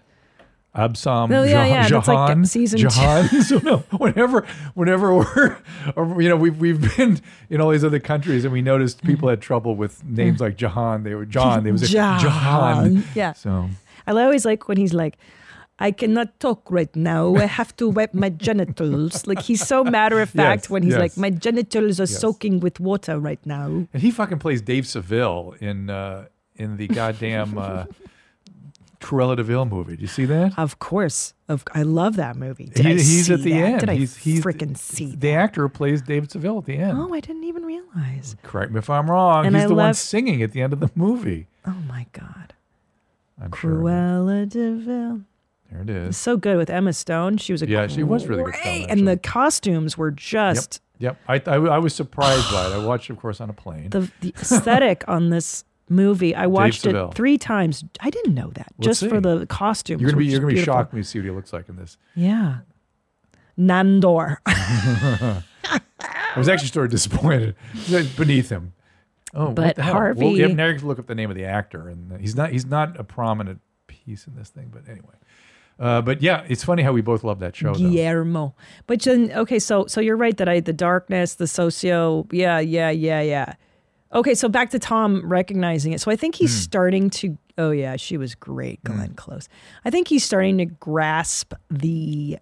Absam
No, yeah, yeah, that's like
Jahan,
season two.
Jahan. so no, whenever, whenever we're, or, you know, we've we've been in all these other countries and we noticed people had trouble with names like Jahan. They were John. They was like,
Jahan.
Jahan.
Yeah.
So
I always like when he's like, I cannot talk right now. I have to wipe my genitals. Like he's so matter of fact
Yes,
when he's
yes.
like, my genitals are soaking with water right now.
and he fucking plays Dave Seville in uh, in the goddamn uh, Cruella de Vil movie. Did you see that?
Of course, of I love that movie. Did
He-
I
he's
see
at the
that?
end.
Did I
he's he's
freaking see?
the actor who plays David Seville at the end.
Oh, I didn't even realize.
Correct me if I'm wrong.
And
he's
I
the one
love-
singing at the end of the movie.
Oh my god,
I'm Mm. sure.
Cruella de Vil.
There it is.
So good with Emma Stone. She was a
Yeah, she was really good
great-
film,
and the
actually.
costumes were just
Yep. I, I, I was surprised by it. I watched, of course, on a plane.
the, the aesthetic on this movie. I watched
Seville.
it three times. I didn't know that
Let's
just for
see.
the costumes.
you're gonna be
which
you're
is
gonna be
beautiful.
shocked when you see what he looks like in this.
Yeah, Nandor.
I was actually sort of disappointed Like, beneath him. Oh, what
But
the hell? Well,
Harvey-
yeah, now you have to look up the name of the actor, and he's not he's not a prominent piece in this thing. But anyway, uh, but yeah, it's funny how we both love that show. Though.
Guillermo. But then, okay, so so you're right that I the darkness, the socio, yeah, yeah, yeah, yeah. Okay, so back to Tom recognizing it. So I think he's starting to. Oh yeah, she was great, Glenn Close. I think he's starting to grasp the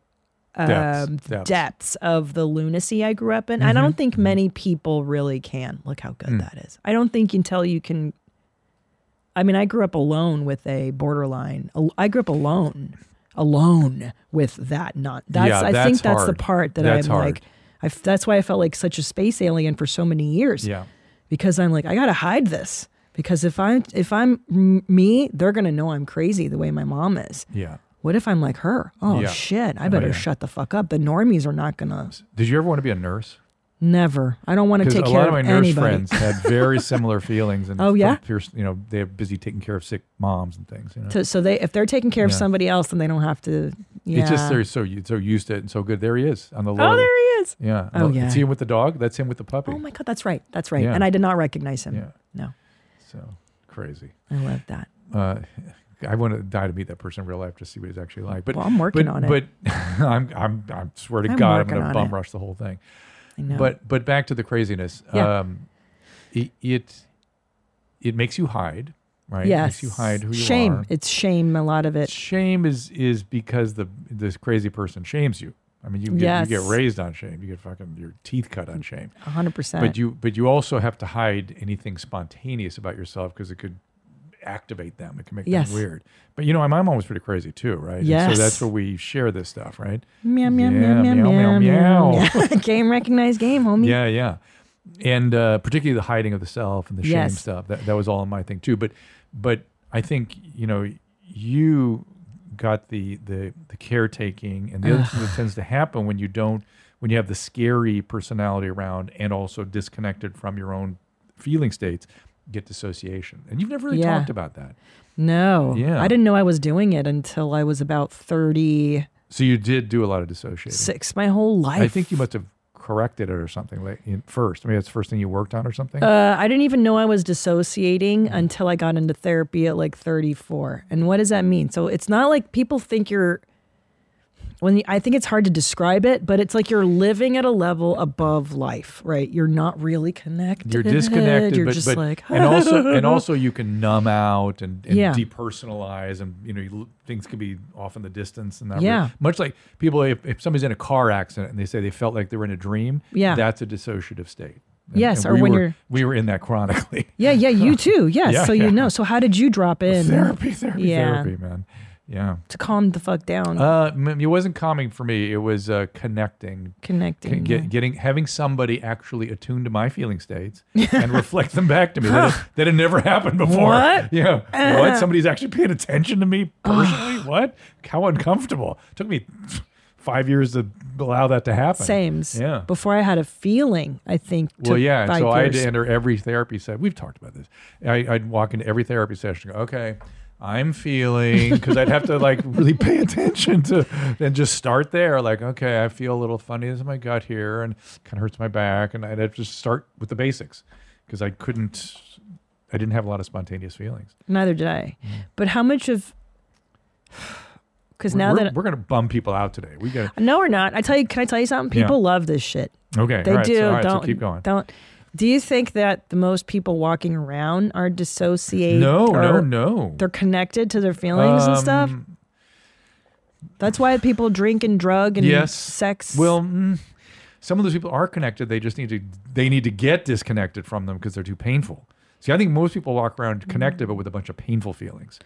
Depths,
um,
depths.
depths of the lunacy I grew up in.
Mm-hmm.
And I don't think many people really can. Look how
Mm.
good that is. I don't think until you can. I mean, I grew up alone with a borderline. al- I grew up alone, alone with that. Not that's.
Yeah,
I
that's
think that's the
hard.
part that
That's
I'm
hard.
like. I, that's why I felt like such a space alien for so many years.
Yeah.
Because I'm like, I gotta hide this. Because if I if I'm m- me, they're gonna know I'm crazy the way my mom is.
Yeah.
What if I'm like her? Oh
Yeah.
shit! I better
yeah.
shut the fuck up. The normies are not gonna.
Did you ever want to be a nurse?
Never. I don't want to
Because
take
a
care
lot of my nurse
anybody.
friends had very similar feelings, and
Oh,
from
yeah?
peers- you know they're busy taking care of sick moms and things. You know,
So, so they if they're taking care of
Yeah.
somebody else, then they don't have to. Yeah.
it's just they're so u- so used to it and so good. There he is on the lower.
oh, there he is.
Yeah.
Oh,
Look,
yeah.
It's him with the dog. That's him with the puppy.
Oh my god, that's right. That's right.
Yeah.
And I did not recognize him.
Yeah.
No,
So crazy.
I love that.
Uh, I want to die to meet that person in real life to see what he's actually like. But
Well, I'm working
but,
on it.
But I'm I'm I swear to
I'm
God, I'm
working
going to
on
bum
it.
rush the whole thing.
I know.
But but back to the craziness.
Yeah.
Um, it, it it makes you hide, right? It
yes,
Makes you hide who you
shame.
are.
It's shame. A lot of it.
shame is is because the this crazy person shames you. I mean, you get you
Yes.
get raised on shame. You get fucking your teeth cut on shame.
hundred percent.
But you but you also have to hide anything spontaneous about yourself because it could activate them. It can make
Yes.
them weird. But you know, my mom was pretty crazy too, right? And
Yes.
so that's where we share this stuff, right?
meow, meow,
Yeah,
meow, meow,
meow,
meow,
meow,
meow.
meow.
Yeah. game recognized game, homie.
Yeah, yeah. And uh, particularly the hiding of the self and the shame
Yes.
stuff. That that was all in my thing too. But but I think, you know, you got the the the caretaking and the other thing that tends to happen when you don't when you have the scary personality around and also disconnected from your own feeling states get dissociation and you've never really
Yeah.
talked about that
No,
Yeah.
I didn't know I was doing it until I was about thirty-six.
so you did do a lot of dissociating
My whole life.
i think you must have corrected it or something like in, first i mean that's the first thing you worked on or something
Uh, I didn't even know I was dissociating until I got into therapy at like 34. And what does that mean? So it's not like people think you're. When you, I think it's hard to describe it, but it's like you're living at a level above life, right? You're not really connected.
you're disconnected
You're
but,
just
but-
like,
and also and also you can numb out and, and
Yeah.
depersonalize and you know you, l- things can be off in the distance and not
Yeah.
really- much like people if, if somebody's in a car accident and they say they felt like they were in a dream
Yeah.
that's a dissociative state And-
Yes,
and
or
we
when
were-
you're-
we were in that chronically
yeah, yeah, you too. Yes.
Yeah,
so
yeah.
you know. So how did you drop in
therapy therapy
Yeah.
therapy man yeah
to calm the fuck down?
uh m- it wasn't calming for me it was uh connecting
connecting.
Get- getting having somebody actually attuned to my feeling states and reflect them back to me that, had- that had never happened before.
What? Uh.
Yeah. what? Somebody's actually paying attention to me personally? what? How uncomfortable! took me five years to allow that to happen.
Sames.
Yeah.
Before I had a feeling, I think. To
Well, yeah.
buy
So I had to
yours.
enter every therapy session. We've talked about this. I, I'd walk into every therapy session. and Go, okay, I'm feeling because I'd have to like really pay attention to and just start there. Like, okay, I feel a little funny in my gut here, and kind of hurts my back, and I'd have to just start with the basics because I couldn't. I didn't have a lot of spontaneous feelings.
Neither did I. But how much of? Because now
we're,
that
we're gonna bum people out today, we got
no, we're not. I tell you, can I tell you something?
Yeah.
People love this shit.
okay.
They
all right,
do.
So, all right,
don't
so keep going.
Don't. Do you think that the most people walking around are dissociated?
No, no,
or
no.
They're connected to their feelings and stuff.
Um,
That's why people drink and drug and
Yes.
sex.
Well, mm, some of those people are connected. They just need to they need to get disconnected from them because they're too painful. See, I think most people walk around connected, but with a bunch of painful feelings,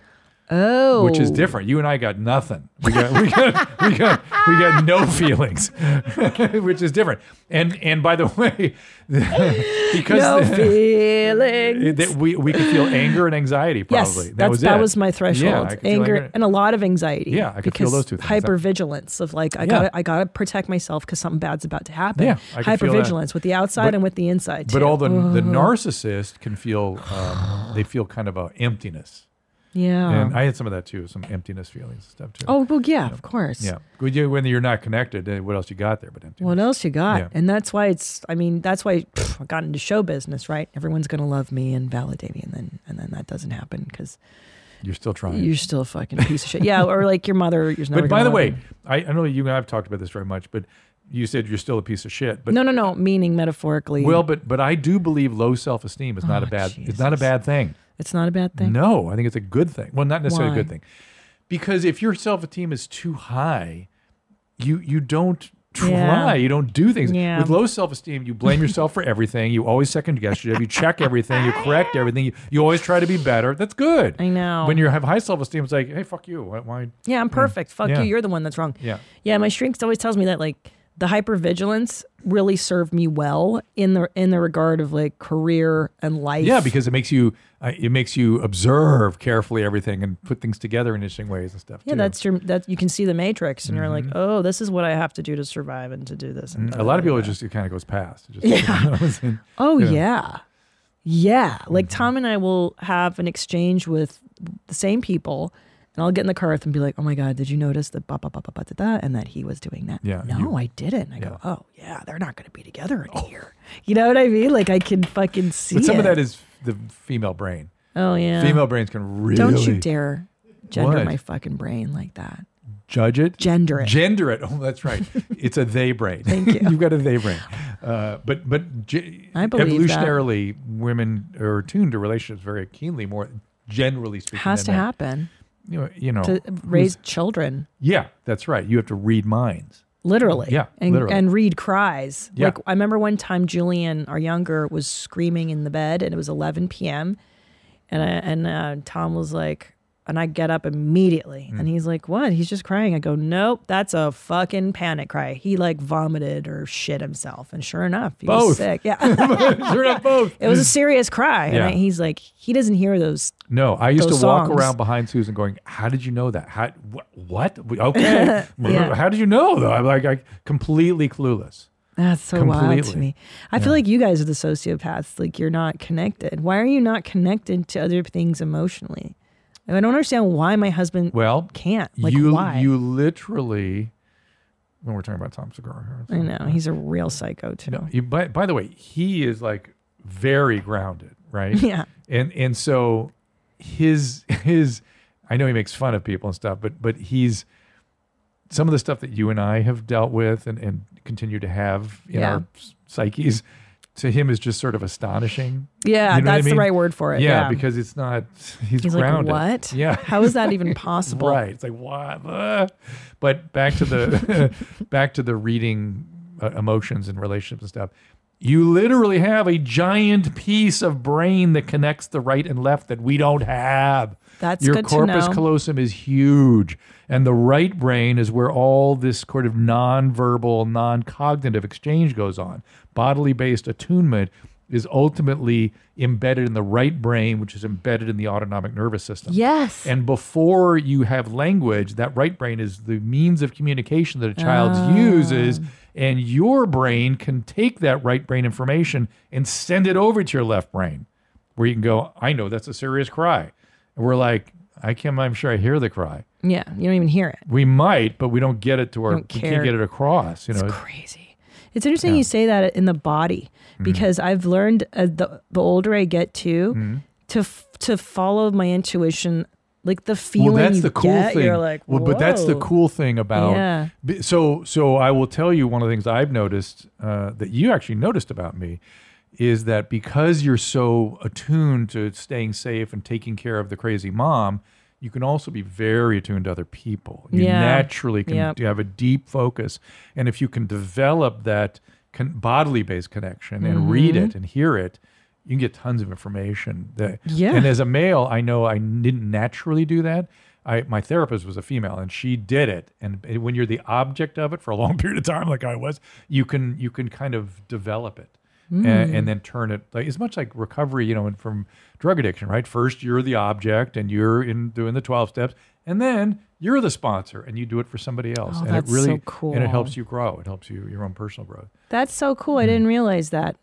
oh,
which is different. You and I got nothing. We got we got we got, we got no feelings, which is different. And and by the way, because
No
the-
feelings.
that we we could feel anger and anxiety
Yes,
probably. that
that's,
was
that
it.
was my threshold.
I could feel
anger,
anger.
and a lot of anxiety.
Yeah, I could feel
because
those two things.
Hypervigilance of like I gotta I gotta protect myself because something bad's about to happen.
Yeah, I could feel that.
Hypervigilance with the outside
But-
and with the inside.
But
too. Uh-huh.
all the the narcissist can feel um, they feel kind of a emptiness.
yeah.
And I had some of that too, some emptiness feelings and stuff too.
Um, oh well, yeah, of course.
yeah. When you- When you're not connected, eh, what else you got there but emptiness?
What else you got?
Yeah.
And that's why it's. I mean, that's why pff, I got into show business, right? Everyone's gonna love me and validate me, and then and then that doesn't happen because
you're still trying.
you're still a fucking piece of shit. Yeah, or like your mother. You're never
but by
gonna
the
love
way,
you.
I, I know you and I have talked about this very much, but you said you're still a piece of shit. But
no, no, no. Meaning metaphorically,
well, but but I do believe low self esteem is not a
Oh,
bad it's not a
Jesus.
bad thing.
it's not a bad thing.
No, I think it's a good thing. Well, not necessarily
Why?
a good thing. Because if your self-esteem is too high, you you don't try, you don't do things.
Yeah.
With low self-esteem, you blame yourself for everything. You always second guess yourself. You check everything, you correct everything. You, you always try to be better. That's good.
I know.
When you have high self-esteem, it's like, "Hey, fuck you. Why, why
Yeah, I'm perfect. Fuck
Yeah.
you. You're the one that's wrong.
Yeah.
Yeah, my shrinks always tells me that like the hypervigilance really served me well in the in the regard of like career and life.
Yeah, because it makes you uh, it makes you observe carefully everything and put things together in interesting ways and stuff.
yeah,
too.
that's your that you can see the matrix and you're like, "Oh, this is what I have to do to survive and to do this." And
Mm-hmm. Mm, a lot of people it just it kind of goes past. It just-
Oh yeah. Yeah. Like
Mm-hmm.
Tom and I will have an exchange with the same people and I'll get in the car with them and be like, Oh my God, did you notice that ba ba ba ba ba da da and that he was doing that?
Yeah,
No,
you- Oh.
I didn't. I go, Oh yeah, they're not gonna be together in a year. You know what I mean? Like I can fucking see
But some of
it.
that is the female brain.
Oh yeah.
Female brains can really
Don't you dare gender
What?
my fucking brain like that.
judge it,
Gender it.
gender it. Oh, that's right. it's a they brain. Thank
you.
You've got a they brain. Uh, but but ge-
I believe that.
evolutionarily, women are attuned to relationships very keenly. More generally speaking,
Has to
than men.
happen
You know, you know
to
who's-
raise children.
Yeah, that's right. You have to read minds.
literally
Yeah,
and,
literally.
and read cries
Yeah.
like i remember one time julian our younger was screaming in the bed and it was 11 p.m and I, and uh, tom was like and i get up immediately
Mm.
and he's like what he's just crying i go nope that's a fucking panic cry he like vomited or shit himself and sure enough he
Both.
was sick yeah
Sure enough, both.
it was a serious cry and
Yeah.
I- he's like he doesn't hear those
No, I used to
Those
walk
songs.
around behind Susan, going, "How did you know that? How wh- what? Okay, how did you know though? I'm like, I completely clueless.
That's so wild to
Completely.
me. I feel like you guys are the sociopaths. Like you're not connected. Why are you not connected to other things emotionally? I don't understand why my husband
Well,
can't. Like
you
why?
you literally when we're talking about Tom Segura here.
I know he's a real psycho too.
You, by, by the way, he is like very grounded, right?
Yeah.
And and so his his I know he makes fun of people and stuff, but but he's some of the stuff that you and I have dealt with and, and continue to have in
Yeah.
our psyches to him is just sort of astonishing.
Yeah,
You know what I
that's
mean?
the right word for it.
Yeah,
Yeah,
because it's not he's,
he's
grounded.
like, what?
Yeah.
How is that even possible?
Right. It's like why? Uh. But back to the back to the reading uh, emotions and relationships and stuff. You literally have a giant piece of brain that connects the right and left that we don't have.
That's
your
good to
corpus
know.
callosum is huge, and the right brain is where all this sort of nonverbal, non-cognitive exchange goes on. Bodily-based attunement is ultimately embedded in the right brain, which is embedded in the autonomic nervous system.
Yes.
And before you have language, that right brain is the means of communication that a child
Ah.
uses. And your brain can take that right brain information and send it over to your left brain, where you can go, I know that's a serious cry. And we're like, I can't, I'm sure I hear the cry.
yeah. You don't even hear it.
We might, but we don't get it to our, we
Don't
can't
care.
get it across. You know,
crazy. It's interesting you say that in the body
Mm-hmm.
because I've learned uh, the the older I get too
Mm-hmm.
to f- to follow my intuition, like the feeling.
well, that's
you
the cool
get,
thing.
You're like,
well, but that's the
"Whoa."
cool thing about.
Yeah.
B- So, so I will tell you one of the things I've noticed uh, that you actually noticed about me is that because you're so attuned to staying safe and taking care of the crazy mom, you can also be very attuned to other people. You
Yeah.
naturally can
Yep.
do- have a deep focus, and if you can develop that con- bodily based connection and read
Mm-hmm.
it and hear it. You can get tons of information. That,
Yeah.
And as a male, I know I didn't naturally do that. I my therapist was a female, and she did it. And it- when you're the object of it for a long period of time, like I was, you can you can kind of develop it. a-
Hmm.
And, then turn it like it's much like recovery, you know, and from drug addiction, right? First, you're the object, and you're in doing the twelve steps, and then you're the sponsor, and you do it for somebody else,
Oh,
and
that's
it
so
really and
cool.
it helps you Mm-hmm. grow. It helps you your own personal growth.
That's so cool. I didn't realize that.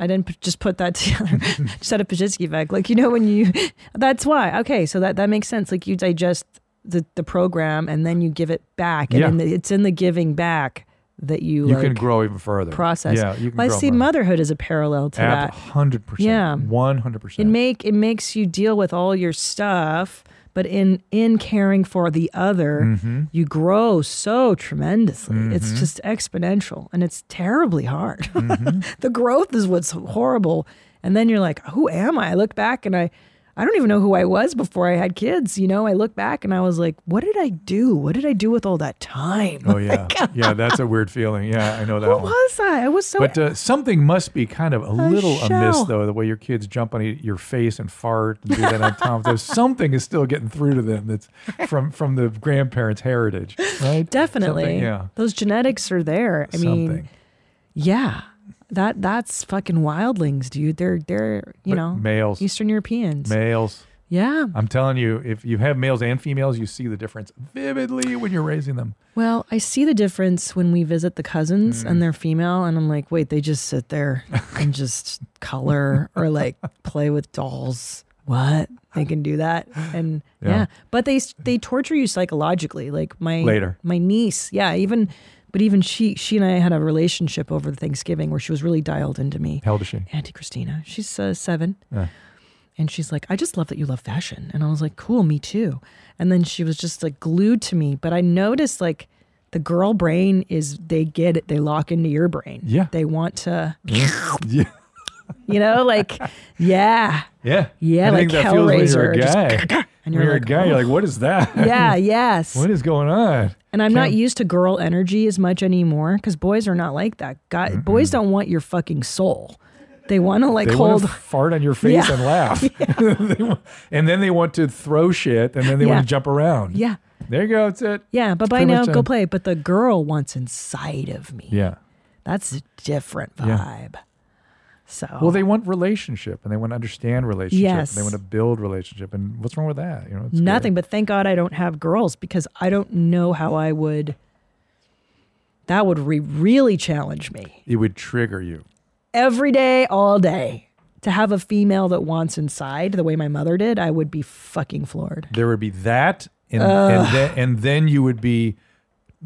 I didn't p- just put that together. just had a Pajitsky effect. Like, you know, when you, that's why. Okay. So that, that makes sense. Like, you digest the, the program and then you give it back. And
Yeah.
in the, it's in the giving back that you,
you
like,
can grow even further.
process.
Yeah, you can
Well, I
grow
see
further.
motherhood as a parallel to that.
hundred percent.
Yeah.
one hundred percent.
It make it makes you deal with all your stuff, but in in caring for the other,
Mm-hmm.
you grow so tremendously. It's just exponential, and it's terribly hard.
Mm-hmm.
the growth is what's horrible, and then you're like, "Who am I?" I look back and I. I don't even know who I was before I had kids. You know, I look back and I was like, what did I do? What did I do with all that time?
Oh yeah, yeah. That's a weird feeling. Yeah, I know that
Who
one.
was I? I was so
But uh, something must be kind of a little amiss,
shell.
though. The way your kids jump on e, your face and fart and do that on top. There's something is still getting through to them that's from from the grandparents' heritage, right?
definitely.
Something, yeah.
Those genetics are there. I mean,
something.
Yeah. That that's fucking wildlings, dude. They're they're you
But
know
males-
Eastern Europeans.
Males.
yeah.
I'm telling you, if you have males and females, you see the difference vividly when you're raising them.
Well, I see the difference when we visit the cousins
Mm.
and they're female, and I'm like, wait, they just sit there and just color or like play with dolls. What they can do that, and yeah. but they they torture you psychologically. Like my
Later.
my niece, yeah, even but even she she and I had a relationship over Thanksgiving where she was really dialed into me.
How old is she?
Auntie Christina. She's uh, seven. And she's like, I just love that you love fashion. And I was like, cool, me too. And then she was just like glued to me. But I noticed like the girl brain is, they get it, they lock into your brain.
Yeah.
They want to,
Yeah.
you know, like, yeah,
Yeah.
Yeah,
I
like
think that feels when you're a
Hellraiser, just
guy.
and
When
you're
you're a
like,
guy, you're like, what is that?
yeah, yes.
What is going on?
And I'm not
Can't-
used to girl energy as much anymore because boys are not like that. Guy, Boys don't want your fucking soul. They want to like
They
hold.
want to fart on your face
Yeah.
and laugh. They want- and then they want to throw shit and then they
Yeah.
want to jump around.
yeah.
There you go. That's it.
Yeah, but by
pretty
now,
much
go
done.
play. But the girl wants inside of me.
Yeah.
That's a different
Yeah.
vibe. So
Well, they want relationship and they want to understand relationship.
Yes.
And they want to build relationship. And what's wrong with that? You know, it's good.
nothing, but thank God I don't have girls because I don't know how I would. That would re- really challenge me
It would trigger you.
every day, all day. To have a female that wants inside the way my mother did, I would be fucking floored.
There would be that. And, and, then, and then you would be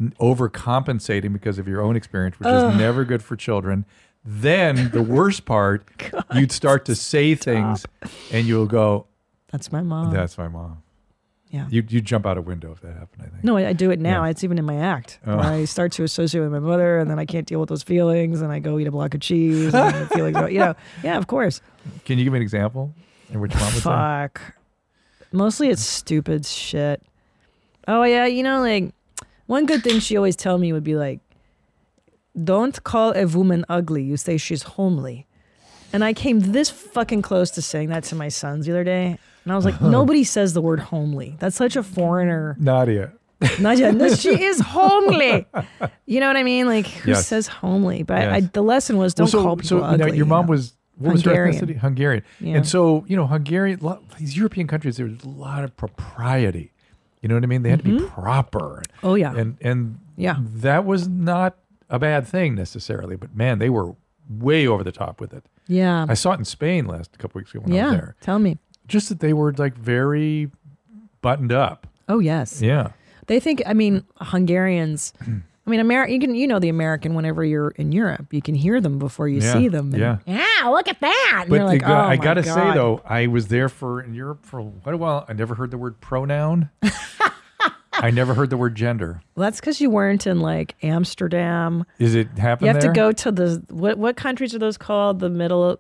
n- overcompensating because of your own experience, which is never good for children. Then the worst part, you'd start to say things and you'll go,
That's my mom.
That's my mom.
Yeah.
You you jump out a window if that happened, I think.
No, I, I do it now. It's even in my act. where I start to associate with my mother, and then I can't deal with those feelings, and I go eat a block of cheese. And the feelings, go- you know, yeah, of course.
Can you give me an example? And which mom was that?
Fuck. Mostly it's stupid shit. Oh yeah, you know, like one good thing she always tell me would be like, "Don't call a woman ugly. You say she's homely." And I came this fucking close to saying that to my sons the other day, and I was like, "Nobody says the word homely. That's such a foreigner."
Nadia.
Nadia, no, she is homely. You know what I mean? Like, who
Yes.
says homely? But I,
Yes.
the lesson was don't
Well, so,
call people
so now
ugly.
your mom was what was her
Hungarian.
ethnicity? Hungarian.
Yeah.
And so you know, Hungarian. Lot, these European countries, there's a lot of propriety. You know what I mean? They had to be proper.
Oh, yeah.
And and
Yeah.
that was not a bad thing necessarily. But man, they were way over the top with it.
Yeah.
I saw it in Spain last couple weeks ago when I
yeah.
was there.
Tell me.
Just that they were like very buttoned up.
Oh, yes.
Yeah.
They think, I mean, Hungarians. I mean, Ameri- you can you know the American whenever you're in Europe, you can hear them before you
Yeah.
see them. and, "Ah,
Yeah.
Yeah, look at that.
and you're like,
the- I
"Oh my
gotta say
God."
though, I was there for in Europe for quite a while. I never heard the word pronoun. I never heard the word gender.
Well, that's because you weren't in like Amsterdam.
Is it happen?
You have
there?
to go to the what? What countries are those called? The middle,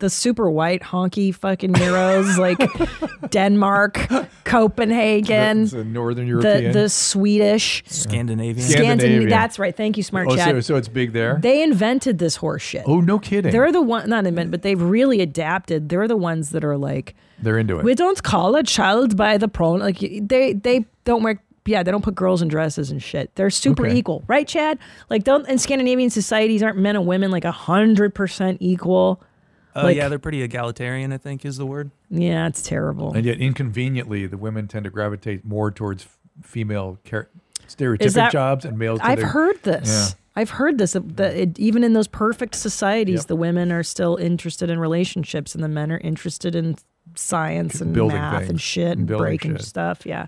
the super white honky fucking heroes like Denmark, Copenhagen,
It's a northern
the
European.
the Swedish,
Scandinavian.
Scan- Scandinavia.
Scandinavia. That's right. Thank you, smart
oh,
Chad.
so, so it's big there.
They invented this horse shit.
oh, no kidding. They're,
They're the one, not invented, but they've really adapted. They're the ones that are like,
into it.
we don't call a child by the pronoun. Like y- they they don't wear yeah they don't put girls in dresses and shit. They're super
Okay.
equal, right, Chad? Like don't in Scandinavian societies aren't men and women like a hundred percent equal?
Oh
like-
yeah, they're pretty egalitarian. I think is the word.
Yeah, it's terrible.
and yet, inconveniently, the women tend to gravitate more towards f- female char- stereotypic
Is that-
jobs, and males.
I've
tend to-
heard this.
Yeah.
I've heard this that that it, even in those perfect societies,
Yep.
the women are still interested in relationships, and the men are interested in science and
Building
math and
things
shit
and
and
building
breaking
shit.
stuff. Yeah,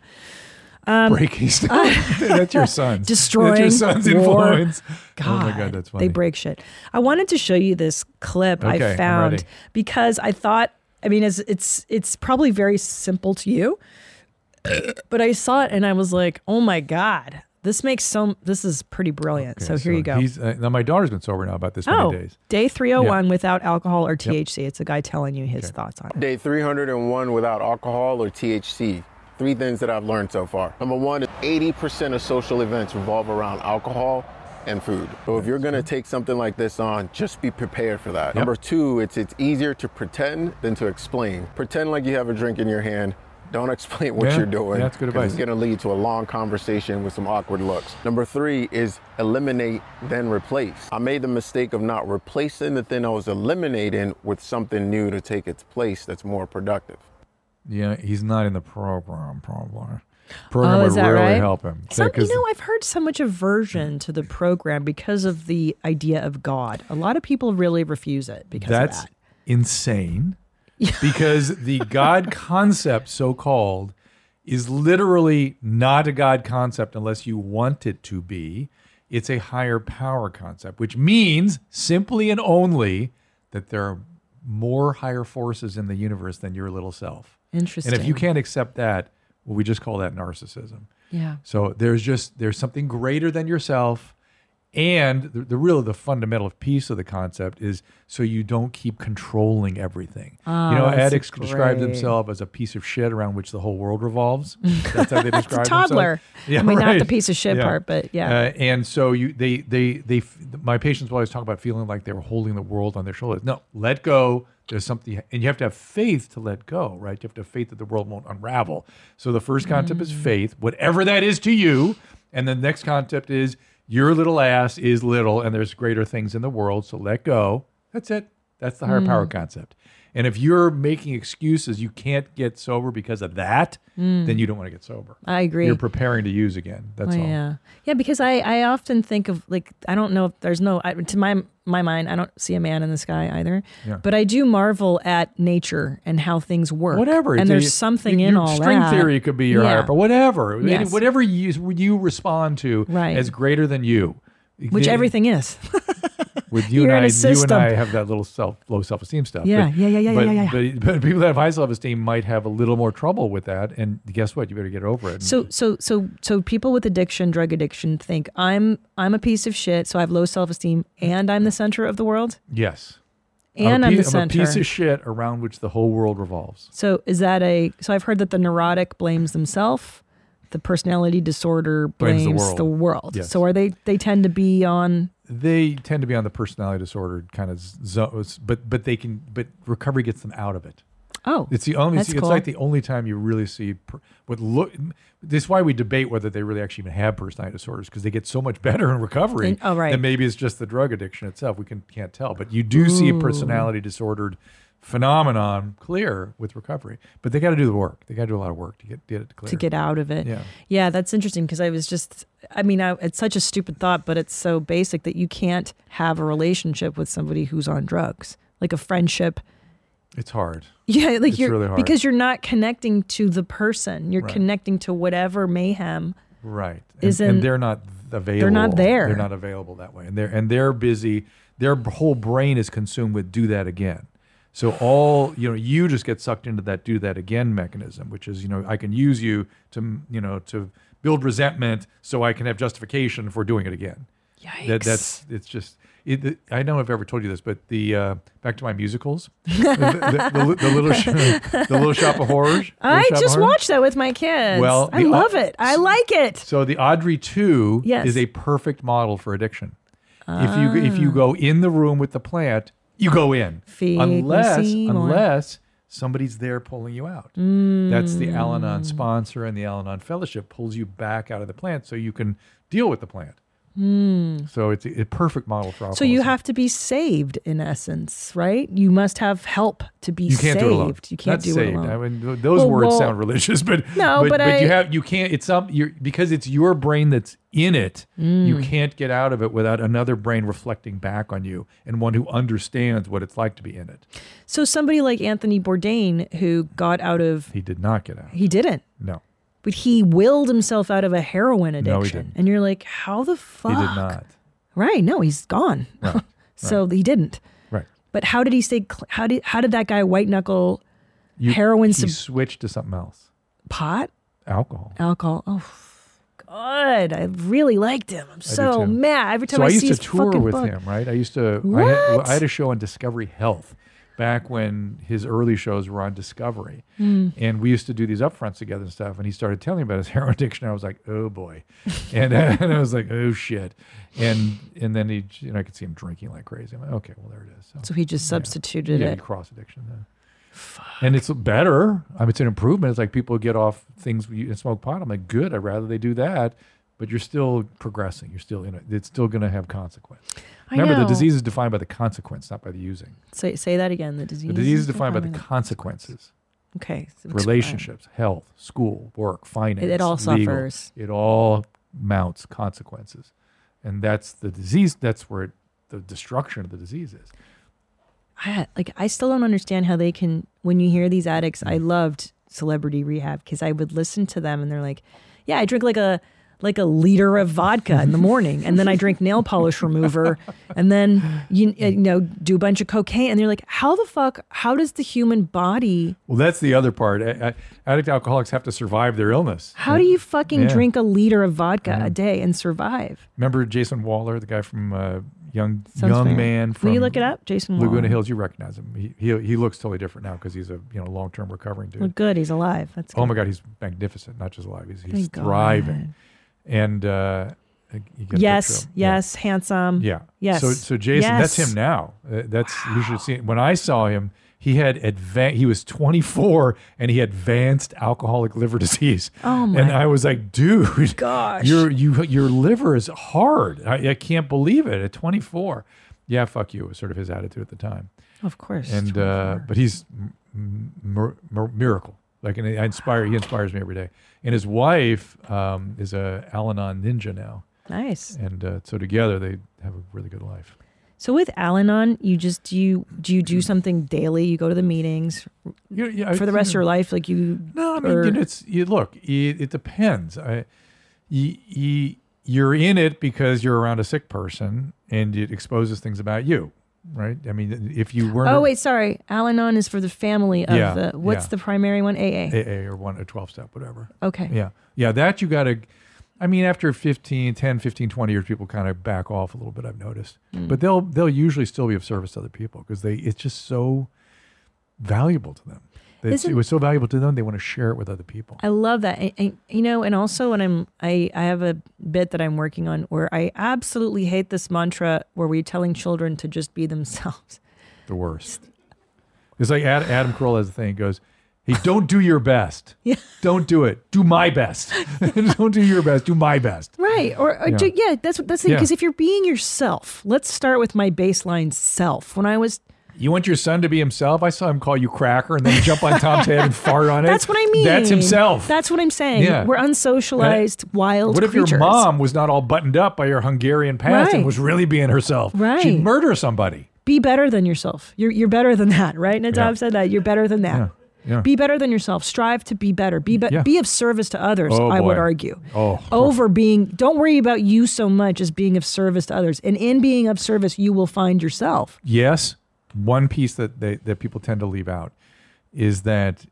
breaking stuff. that's your son's.
um, Destroying
That's your son's
war.
influence.
God,
Oh my god, that's funny.
They break shit. I wanted to show you this clip
Okay,
I
I'm
found
ready.
because I thought, I mean, it's, it's it's probably very simple to you, but I saw it and I was like, oh my god, this makes so this is pretty brilliant.
Okay,
so here you go.
He's, uh, now my daughter's been sober now about this many
oh,
days.
day three hundred one without alcohol or THC. It's a guy telling you his thoughts on it.
Day 301 without alcohol or THC. Three things that I've learned so far. Number one, 80% of social events revolve around alcohol and food. So if you're gonna take something like this on, just be prepared for that. Number two, it's it's easier to pretend than to explain. Pretend like you have a drink in your hand. Don't explain what
Yeah,
you're doing.
that's good
'cause
advice.
It's gonna lead to a long conversation with some awkward looks. Number three is eliminate, then replace. I made the mistake of not replacing the thing I was eliminating with something new to take its place that's more productive.
Yeah, he's not in the program. Program. Program
oh,
would
is that
really
right?
help him.
Some, you
'cause-
know, I've heard so much aversion to the program because of the idea of God. A lot of people really refuse it because
That's
of that.
insane because the God concept, so called, is literally not a God concept unless you want it to be. It's a higher power concept, which means simply and only that there are more higher forces in the universe than your little self.
Interesting.
And if you can't accept that, well, we just call that narcissism.
yeah.
So there's just there's something greater than yourself, and the, the real the fundamental piece of the concept is so you don't keep controlling everything. you know,
that's
addicts describe
Ah, great.
themselves as a piece of shit around which the whole world revolves. That's how they describe themselves.
toddler.
Yeah,
I mean, not the
right.
piece of shit
Yeah.
part, but yeah.
Uh, and so you, they, they, they, f- my patients will always talk about feeling like they were holding the world on their shoulders. No, let go. There's something, and you have to have faith to let go, right? You have to have faith that the world won't unravel. So the first concept
Mm.
is faith, whatever that is to you, and the next concept is your little ass is little, and there's greater things in the world. So let go. That's it. That's the higher
Mm.
power concept. And if you're making excuses, you can't get sober because of that, then you don't want to get sober.
Mm. I agree.
You're preparing to use again. That's
Oh,
all.
yeah. Yeah, because I, I often think of like I don't know if there's no I, to my my mind I don't see a man in the sky either. But I do marvel at nature and how things work.
whatever.
And
It's
there's
a-
something
you-
in
you-
all
string
that.
theory could be your
Yeah.
higher, but whatever, Any-
Yes.
whatever you you respond to
Right.
as greater than you.
Which
Yeah,
everything is.
with you
you're
and
in a
I, you and
system.
I have that little self low self esteem stuff.
Yeah,
but,
yeah, yeah, yeah,
but,
yeah, yeah,
But, but people that have high self esteem might have a little more trouble with that. And guess what? You better get over it.
So so so so people with addiction, drug addiction think I'm I'm a piece of shit, so I have low self-esteem and I'm the center of the world
yes,
and
I'm,
I'm the
a pie- I'm a
center.
piece of shit around which the whole world revolves.
So is that a so I've heard that the neurotic blames themselves, the personality disorder
Blames
blames,
the
the
world.
world.
Yes.
So are they they tend to be on
They tend to be on the personality disordered kind of zones, but but they can but recovery gets them out of it.
Oh,
It's the only.
that's
It's,
cool.
like the only time you really see per, what look. This is why we debate whether they really actually even have personality disorders because they get so much better in recovery.
And- oh, right.
And maybe it's just the drug addiction itself. We can can't tell, but you do see a personality disordered phenomenon clear with recovery. But they got to do the work. They got to do a lot of work to get get it clear.
to get out of it.
Yeah.
yeah, that's interesting because I was just, I mean, I, it's such a stupid thought, but it's so basic that you can't have a relationship with somebody who's on drugs, like a friendship.
it's hard.
Yeah, like
It's
you're
really hard.
because you're not connecting to the person. You're
Right.
connecting to whatever mayhem.
Right. And,
Isn't-
and they're not available.
there.
They're not available that way. And they're and they're busy. Their whole brain is consumed with do that again. So all you know, you just get sucked into that do that again mechanism, which is you know I can use you to you know to build resentment so I can have justification for doing it again.
Yikes.
That, that's it's just. It, it- I don't know if I ever told you this, but the uh, back to my musicals, the, the, the, the little Sh- the little shop of horrors. Little
I
Shop of
just
Horrors.
watched that with my kids.
Well,
I
the-
love it. I like it.
So the Audrey two
Yes.
is a perfect model for addiction. If you if you go in the room with the plant, you go in
Feed me,
unless
Seymour.
unless somebody's there pulling you out. That's
Mm.
the Al-Anon sponsor and the Al-Anon fellowship pulls you back out of the plant so you can deal with the plant. So it's a, a perfect model for alcoholism.
Hmm. So you have to be saved in essence, right? You must have help to be
you can't
saved.
do it alone.
You can't
Not
do
saved.
it alone.
I mean, th- those
Well,
words
well-
sound religious, but
No,
but,
but
you
I-
have you can't. It's some you're because it's your brain that's in it. You
Mm.
can't get out of it without another brain reflecting back on you and one who understands what it's like to be in it.
So somebody like Anthony Bourdain who got out of
He did not get out.
he didn't,
No,
but he willed himself out of a heroin addiction.
No, he didn't.
And you're like, how the fuck?
he did not.
Right? No, he's gone.
Right.
so he didn't.
Right.
But how did he stay? Cl- how did how did that guy white knuckle
You,
Heroin
He
sub-
switched to something else.
pot
Alcohol.
alcohol? Oh, God! I really liked him. I'm so
too.
mad every time
so
I,
I
see
used to
his
tour
fucking
with
book.
him, right? I used to. I had, well,
What?
I had a show on Discovery Health back when his early shows were on Discovery,
Hmm.
and we used to do these upfronts together and stuff. And he started telling me about his heroin addiction. I was like, oh boy, and, and I was like, oh shit, and and then he, you know, I could see him drinking like crazy. I'm like, okay, well there it is. So,
So he just substituted
yeah,
it.
cross addiction. Yeah. And it's better. I mean, it's an improvement. It's like people get off things you- and smoke pot. I'm like, good. I'd rather they do that. But you're still progressing. You're still in it. It's still going to have consequence.
I
Remember, the
know.
disease is defined by the consequence, not by the using.
Say say that again. The disease.
The disease is
is
defined by the
defining
consequences
Okay. so explain.
relationships, health, school, work, finance.
It- it all
legal.
suffers.
It all mounts consequences. And that's the disease. That's where it, the destruction of the disease is.
I, like I still don't understand how they can. When you hear these addicts, I
Mm.
loved Celebrity Rehab because I would listen to them and they're like, "Yeah, I drink like a like a liter of vodka in the morning, and then I drink nail polish remover, and then you, you
Mm.
know do a bunch of cocaine." And they're like, "How the fuck? How does the human body?
Well, that's the other part. A- a- Addict alcoholics have to survive their illness.
How do you fucking
Yeah. Mm.
drink a liter of vodka a day and survive?"
Remember Jason Waller, the guy from uh, Young
Sounds
Young
familiar.
Man from
Will you look it up, Jason?
Laguna
Waller?
Hills? You recognize him. He he, he looks totally different now because he's a you know long term recovering dude.
Well, good, he's alive. That's good.
Oh my God, he's magnificent. Not just alive, he's, he's
Thank God.
thriving. And uh, you get a
yes,
picture of him. Yeah.
yes, handsome.
Yeah.
Yes.
So so Jason, that's
Yes.
him now. Uh, That's you should see. When I saw him, he had advanced. He was 24 and he had advanced alcoholic liver disease. Oh my! And I was like, dude,
gosh.
your you your liver is hard. I, I can't believe it at 24. Yeah, fuck you. Was sort of his attitude at the time.
Of course.
And uh, but he's m- m- mir- miracle. Like and I inspire. He inspires me every day. And his wife um, is a Al-Anon ninja now.
nice.
And uh, so together they have a really good life.
So with Al-Anon, you just do you do you do something daily? You go to the meetings
You- yeah, Mm. I-
for the rest of your life, like you.
No, I mean,
or-
you know, it's you look. It, it depends. I, you, you, you're in it because you're around a sick person, and it exposes things about you, right? I mean, if you weren't
Oh wait, sorry. Al-Anon is for the family of
Yeah,
the. What's
yeah.
the primary one? AA.
AA or one a twelve step, whatever.
Okay.
Yeah, yeah, that you got to. I mean, after 15, 10, 15, 20 years, people kind of back off a little bit. I've noticed, but they'll they'll usually still be of service to other people because they it's just so valuable to them. It's,
Isn't-
it was so valuable to them, they want to share it with other people.
I love that, and, and, you know, and also when I'm, I, I have a bit that I'm working on where I absolutely hate this mantra where we're telling children to just be themselves.
the worst. It's It's like Ad, Adam Carolla has a thing. He goes, "Hey, don't do your best. Yeah. Don't do it. Do my best. don't do your best. Do my best."
Right. Or, or
Yeah.
do, yeah, that's what that's the
Yeah.
because if you're being yourself, let's start with my baseline self. When I was
You want your son to be himself? I saw him call you cracker and then jump on Tom's head and fart on it.
That's what I mean.
That's himself.
That's what I'm saying.
Yeah.
We're unsocialized, wild
what if
creatures.
your mom was not all buttoned up by your Hungarian past
Right.
and was really being herself?
Right.
She'd murder somebody.
Be better than yourself. You're, you're better than that, right? Nadav
Yeah.
said that. You're better than that.
Yeah. Yeah.
Be better than yourself. Strive to be better. Be, be,
Yeah.
be of service to others,
Oh,
I would
boy.
argue.
Oh.
Over being, don't worry about you so much as being of service to others. And in being of service, you will find yourself.
yes, one piece that they, that people tend to leave out is that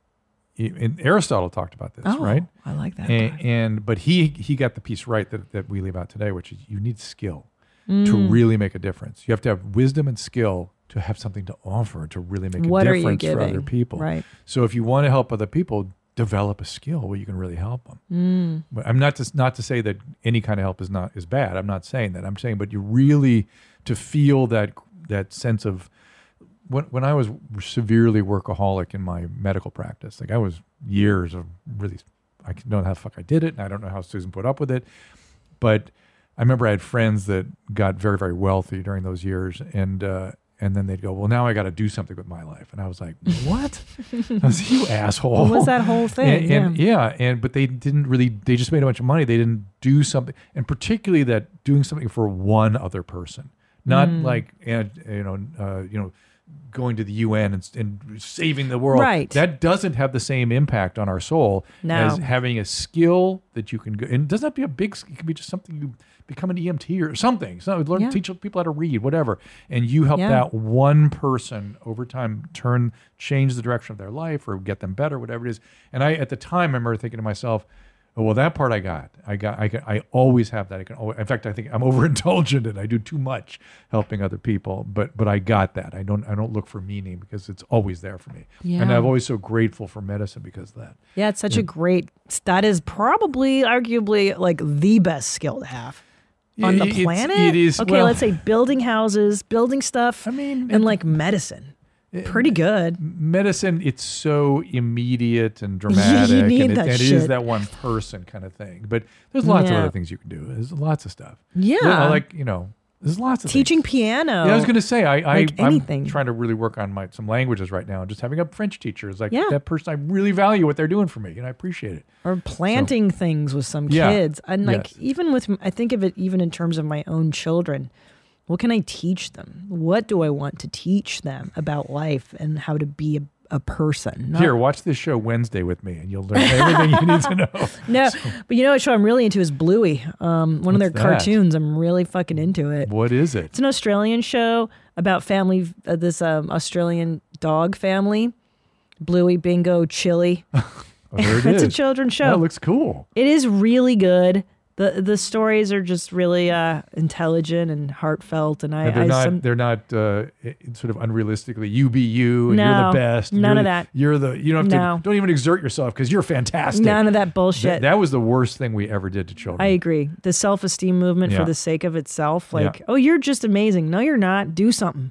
e, and Aristotle talked about
Oh.
this, right?
I like that.
And, and but he he got the piece right that, that we leave out today, which is you need skill to
Mm.
really make a difference. You have to have wisdom and skill to have something to offer to really make
What
a
are you
difference for other
giving?
people.
Right.
So if you want to help other people, develop a skill where you can really help them. But I'm not to not to say that any kind of help is not is bad. I'm not saying that. I'm saying, but you really to feel that that sense of when when I was severely workaholic in my medical practice, like I was years of really, I don't know how the fuck I did it, and I don't know how Susan put up with it, but I remember I had friends that got very very wealthy during those years, and uh, and then they'd go, well, now I got to do something with my life, and I was like, what? I was you asshole.
What was that whole thing?
And, and- yeah. and but they didn't really. They just made a bunch of money. They didn't do something, and particularly that doing something for one other person, not
Mm.
like and you know, uh, you know, going to the UN and, and saving the world.
Right.
That doesn't have the same impact on our soul
No.
as having a skill that you can go. And it doesn't have to be a big. sk- It can be just something you become an EMT or something. So learn
Yeah.
teach people how to read, whatever, and you help
Yeah.
that one person over time turn change the direction of their life or get them better, whatever it is. And I at the time I remember thinking to myself. Oh, well, that part I got. I got. I can. I always have that. I can. Always, in fact, I think I'm overindulgent and I do too much helping other people. But but I got that. I don't. I don't look for meaning because it's always there for me. And
Yeah.
I'm always so grateful for medicine because of that.
Yeah, it's such a great. That is probably, arguably, like the best skill to have on the
It- it's-
planet.
It is.
okay.
well,
let's say building houses, building stuff.
I mean,
and
it-
like medicine, pretty good.
medicine it's so immediate and dramatic
need
and, it,
that
and it is
shit.
that one person kind of thing but there's lots
Yeah.
of other things you can do there's lots of stuff
Yeah.
Well, like you know there's lots of
Teaching
things.
piano.
yeah, I was gonna say I, I
like anything.
I'm trying to really work on my some languages right now. and Just having a French teacher is like
Yeah.
that person. I really value what they're doing for me, and I appreciate it.
or planting things with some
Yeah.
kids, and like
Yes.
even with I think of it even in terms of my own children. What can I teach them? What do I want to teach them about life and how to be a, a person? Not
Here, watch this show Wednesday with me, and you'll learn everything you need to know.
No, but you know what show I'm really into is Bluey. Um, one of their
What's that?
cartoons. I'm really fucking into it.
What is
It's
it?
an Australian show about family. Uh, this um, Australian dog family, Bluey, Bingo, Chili.
Oh, there it
it's a
is.
children's show.
That looks cool.
it is really good. the The stories are just really uh, intelligent and heartfelt, and I,
And they're
I
not.
some-
they're not uh, i- sort of unrealistically. You be you. And you're
No,
the best. and
none
you're
of
the-
that.
You're the. You don't have
No.
to. Don't even exert yourself because you're fantastic.
none of that
Th-
bullshit.
that was the worst thing we ever did to children.
I agree. The self esteem movement
Yeah.
for the sake of itself,
Yeah.
like, oh, you're just amazing. No, you're not. Do something.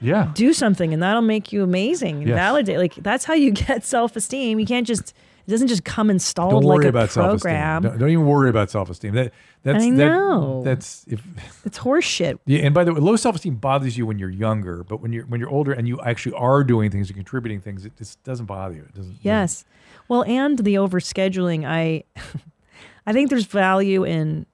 yeah.
do something and that'll make you amazing and
Yes.
validate like that's how you get self-esteem you can't just it doesn't just come installed
Don't
like
worry
a
about
program
self-esteem. Don't, don't even worry about self-esteem. That that's
I
that-
know.
that's if
it's horseshit
Yeah, and by the way, low self-esteem bothers you when you're younger, but when you're when you're older and you actually are doing things and contributing things, it just doesn't bother you. It doesn't.
yes well and the overscheduling i i think there's value in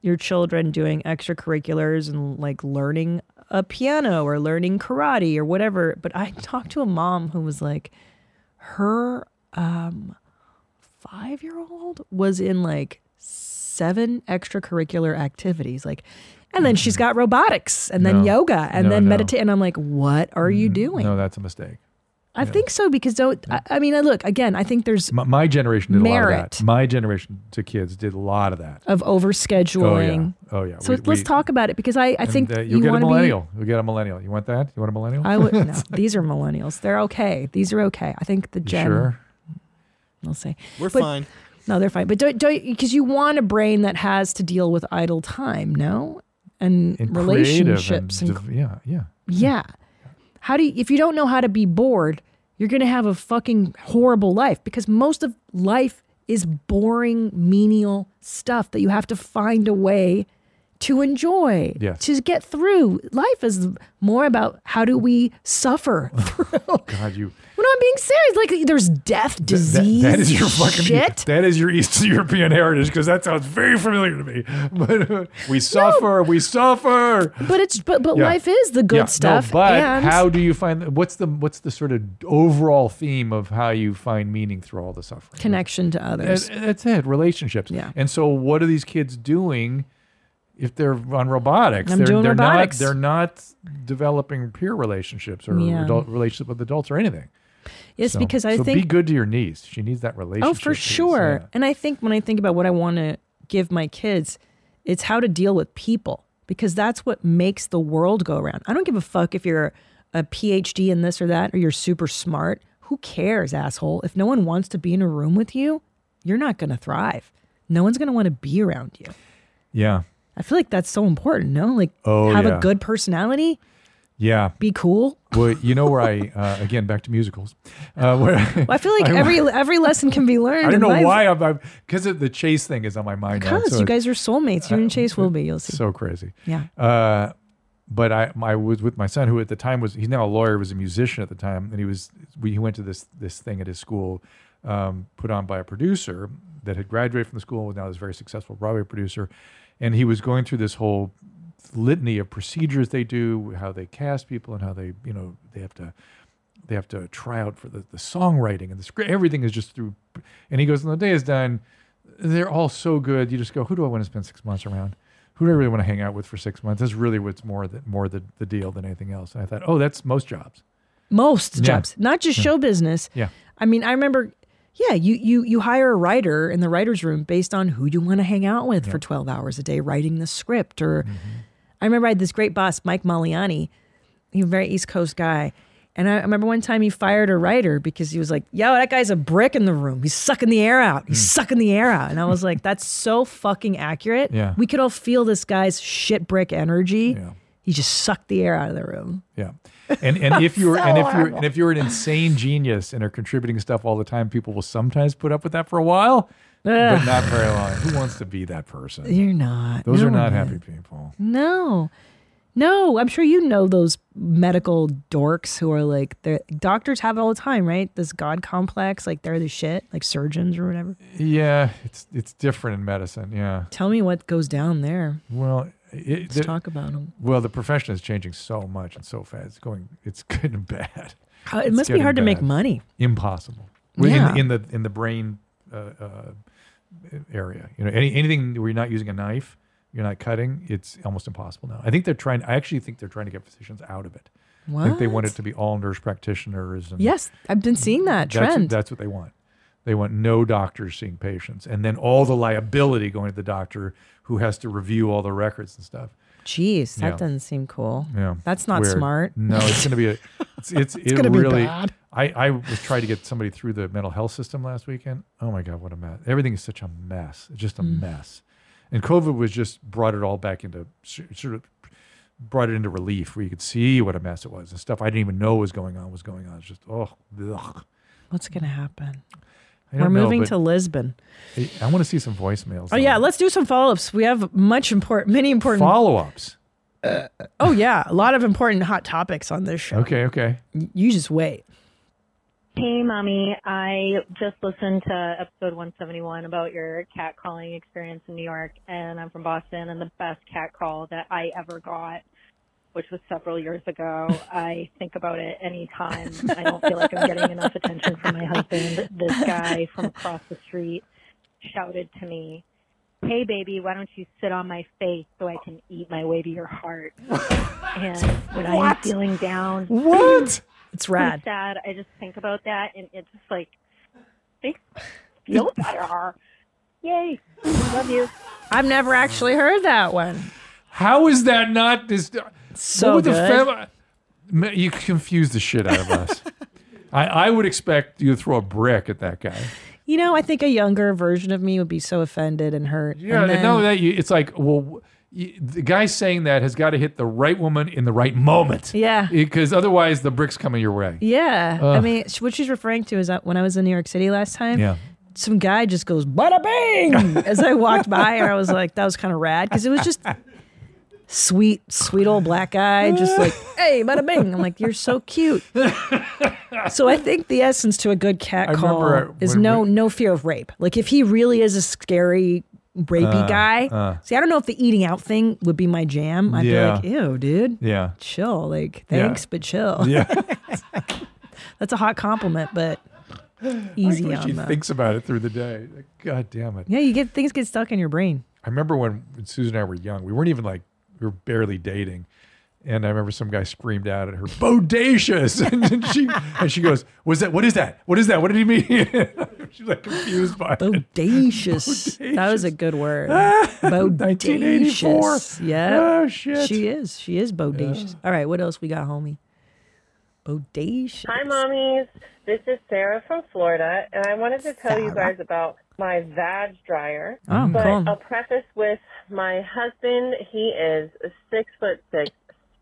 your children doing extracurriculars and like learning a piano or learning karate or whatever but i talked to a mom who was like her um five year old was in like seven extracurricular activities like and then she's got robotics and then
Mm-hmm. No.
yoga and then
No, no. Mm-hmm.
meditate and i'm like what are you doing
No, that's a mistake.
i think so because don't I, I mean I look again i think there's
My, my generation did a lot of
Merit.
that. My generation to kids did a lot of that.
of overscheduling
Oh yeah. Oh yeah.
so
We-
let's
we-
talk about it because i i
and,
think
uh,
you
you'll get a
want to be
millennial. You'll get a millennial. You want that? You want a millennial?
i would no these are millennials they're okay these are okay i think the
You
gen
sure.
i'll say
We're
But-
fine.
No, they're fine. But don't don't because you want a brain that has to deal with idle time, no, and,
And creative
relationships and,
and, div- yeah, yeah.
yeah. How do you, if you don't know how to be bored, you're going to have a fucking horrible life because most of life is boring, menial stuff that you have to find a way to enjoy,
Yes.
to get through. Life is more about how do we suffer through.
God, you.
No, I'm being serious. Like there's death,
Th- that-
disease,
that is your fucking
shit.
That is your East European heritage because that sounds very familiar to me. But uh, we suffer, we suffer.
But it's but but
Yeah.
life is the good
Yeah, no,
stuff.
but
and
how do you find what's the what's the sort of overall theme of how you find meaning through all the suffering?
connection to others.
That- that's it, relationships.
Yeah.
And so, what are these kids doing if they're on robotics?
I'm
they're
doing
they're
robotics.
not they're not developing peer relationships or
Yeah.
adult relationships with adults or anything.
Yes,
So-
because I
so
think
be good to your niece. She needs that relationship.
oh for
piece,
sure.
yeah.
And I think when I think about what I want to give my kids, it's how to deal with people because that's what makes the world go around. I don't give a fuck if you're a PhD in this or that or you're super smart. Who cares, asshole? If no one wants to be in a room with you, you're not going to thrive. No one's going to want to be around you.
Yeah.
I feel like that's so important, no? Like
Oh,
have
yeah.
a good personality,
Yeah.
be cool.
Well, you know where I uh, again back to musicals. Uh, where
I feel like every every lesson can be learned.
I don't
in
know
life.
why I'm because the chase thing is on my mind. now,
Cause
so
you
it's
guys are soulmates. You and Chase will be. You'll see.
so crazy.
yeah.
Uh, but I, I was with my son, who at the time was he's now a lawyer, was a musician at the time, and he was we he went to this this thing at his school, um, put on by a producer that had graduated from the school and was now this very successful Broadway producer, and he was going through this whole litany of procedures they do, how they cast people, and how they you know they have to they have to try out for the, the songwriting and the script. Everything is just through. And he goes, when the day is done, they're all so good. You just go, who do I want to spend six months around? Who do I really want to hang out with for six months? That's really what's more the, more the, the deal than anything else. And I thought, oh, that's most jobs.
Most
Yeah.
jobs, not just show business.
Yeah.
I mean, I remember. Yeah, you you you hire a writer in the writers' room based on who you want to hang out with for twelve hours a day, writing the script. Or
Mm-hmm.
I remember I had this great boss, Mike Maliani. He was a very East Coast guy. And I remember one time he fired a writer because he was like, yo, that guy's a brick in the room. He's sucking the air out.
Mm.
He's sucking the air out. And I was like, that's so fucking accurate.
Yeah.
We could all feel this guy's shit brick energy.
Yeah.
He just sucked the air out of the room.
Yeah. And and if you're and if you're and if you're an insane genius and are contributing stuff all the time, people will sometimes put up with that for a while, but not very long. Who wants to be that person?
You're not.
Those
No
are not
one
happy people.
No. No, I'm sure you know those medical dorks who are like, they're- doctors have it all the time, right? This God complex, like they're the shit, like surgeons or whatever.
Yeah, it's it's different in medicine. Yeah.
Tell me what goes down there.
Well, it,
Let's
the-
talk about them.
Well, the profession is changing so much and so fast. It's going. It's good and bad.
How, it
It's
must be
getting
hard to make
bad.
money.
Impossible. Well, in-
Yeah.
In, the in the brain uh, uh, area, you know, any anything where you're not using a knife, you're not cutting. It's almost impossible now. I think they're trying. I actually think they're trying to get physicians out of it. I think they want it to be all nurse practitioners. And
Yes, I've been seeing that
that's,
trend.
That's what they want. They want no doctors seeing patients, and then all the liability going to the doctor who has to review all the records and stuff.
Jeez, that
Yeah.
doesn't seem cool.
Yeah,
That's not
Weird.
smart.
No, it's gonna be a. It's it's, it
gonna be
really.
bad.
I I was trying to get somebody through the mental health system last weekend. Oh my god, what a mess! Everything is such a mess. It's just a
Mm.
mess, and COVID was just brought it all back into s- sort of brought it into relief where you could see what a mess it was and stuff I didn't even know was going on was going on. It's just oh, ugh.
What's going to happen?
I
We're
don't know,
moving
but
to Lisbon.
I, I want to see some voicemails.
Oh, yeah, let's do some follow ups. We have much important, many important.
follow ups.
oh, yeah, a lot of important hot topics on this show.
Okay, okay.
You just wait.
Hey, mommy. I just listened to episode 171 about your cat calling experience in New York, and I'm from Boston. And the best cat call that I ever got, which was several years ago, I think about it any time. I don't feel like I'm getting enough attention from my husband. This guy from across the street shouted to me, "Hey, baby, why don't you sit on my face so I can eat my way to your heart?" And when I am feeling down,
What?
It's rad.
I'm sad. I just think about that, and it just like makes me feel better. Yay! Love you.
I've never actually heard that one.
How is that not this?
So
would
good.
The fam- you confuse the shit out of us. I, I would expect you to throw a brick at that guy.
You know, I think a younger version of me would be so offended and hurt.
Yeah,
and then-
no, that you, it's like, well, y- the guy saying that has got to hit the right woman in the right moment.
Yeah.
Because otherwise, the bricks coming your way.
Yeah. I mean, sh- what she's referring to is that when I was in New York City last time,
Yeah.
some guy just goes, bada bing, as I walked by her. I was like, that was kind of rad because it was just sweet, sweet old black guy, just like, hey, bada bing. I'm like, you're so cute. so I think the essence to a good cat
I
call
remember
is
when
no,
we-
no fear of rape. Like, if he really is a scary, rapey
Uh,
guy, see, I don't know if the eating out thing would be my jam. I'd
Yeah.
be like, ew, dude.
Yeah.
Chill, like
Yeah.
thanks, but chill.
Yeah.
That's a hot compliment, but easy
she
on the.
thinks about it through the day. Like, God damn it.
yeah, you get things get stuck in your brain.
I remember when, when Susan and I were young, we weren't even like, we were barely dating. And I remember some guy screamed out at her, bodacious. And then she, and she goes, was that, what is that? What is that? What did he mean? She's like confused by it.
Bodacious. That was a good word. bodacious.
1984.
Yeah.
Oh, Ah, shit.
She is. She is bodacious. All right, what else we got, homie? Bodacious.
Hi, mommies. This is Sarah from Florida, and I wanted to tell you
Sarah.
guys about my vag dryer.
Oh,
but uh,
cool.
I'll preface with my husband. He is a six foot six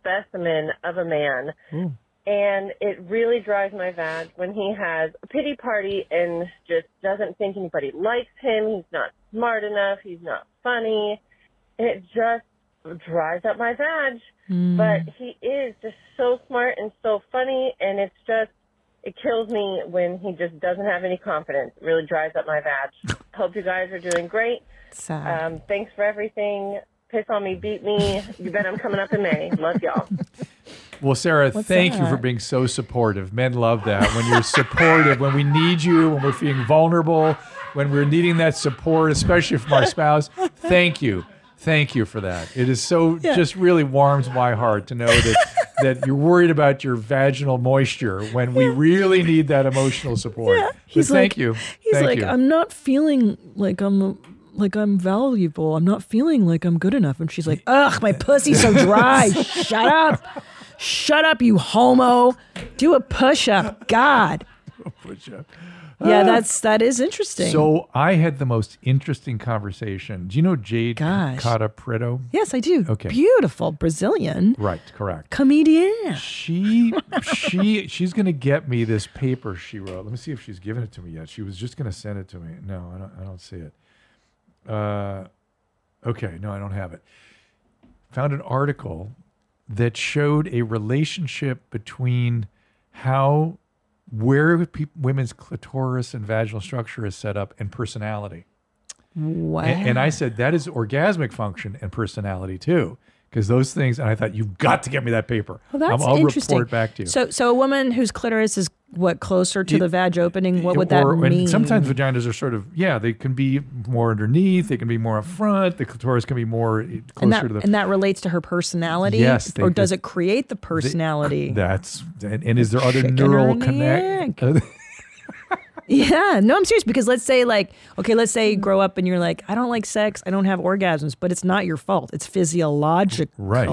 specimen of a man, and it really drives my vag when he has a pity party and just doesn't think anybody likes him. He's not smart enough. He's not funny. And it just dries up my vag. But he is just so smart and so funny, and it's just it kills me when he just doesn't have any confidence. It really dries up my vag. Hope you guys are doing great.
Sad.
Um, thanks for everything. Piss on me, beat me. You bet I'm coming up in May. Love y'all.
Well, Sarah, thank you for
that?
being so supportive. Men love that when you're supportive, when we need you, when we're feeling vulnerable, when we're needing that support, especially from our spouse. Thank you. Thank you for that. It is so just really warms my heart to know that that you're worried about your vaginal moisture when we really need that emotional support. But
He's
thank
like,
you.
He's
thank
like,
you.
I'm not feeling like I'm like I'm valuable. I'm not feeling like I'm good enough. And she's like, Ugh, my pussy's so dry. Shut up. Shut up, you homo. Do a push up. God.
Push up.
Yeah, that's that is interesting.
Ah. So I had the most interesting conversation. Do you know Jade
Gosh.
Cata Preto?
yes, I do.
Okay.
Beautiful Brazilian
Right, correct.
comedian.
she she she's gonna get me this paper she wrote. Let me see if she's given it to me yet. She was just gonna send it to me. No, I don't. I don't see it. Uh, okay, no, I don't have it. Found an article that showed a relationship between how where peop women's clitoris and vaginal structure is set up and personality.
Wow.
A- And, I said, that is orgasmic function and personality too. Because those things, and I thought, you've got to get me that paper.
well, that's
I'm- I'll
interesting.
report back to you.
So, so a woman whose clitoris is what closer to
It-
the vag opening? What would that
Or- and
mean?
Sometimes vaginas are sort of, yeah, they can be more underneath, they can be more up front, the clitoris can be more eh,
and
closer
that,
to the.
and that relates to her personality
Yes, they
or does
just-
it create the personality
that's and, and is there other
Chicken or
neural
an
connect?
yeah no i'm serious because let's say like okay let's say you grow up and you're like i don't like sex i don't have orgasms but it's not your fault it's physiological
Right.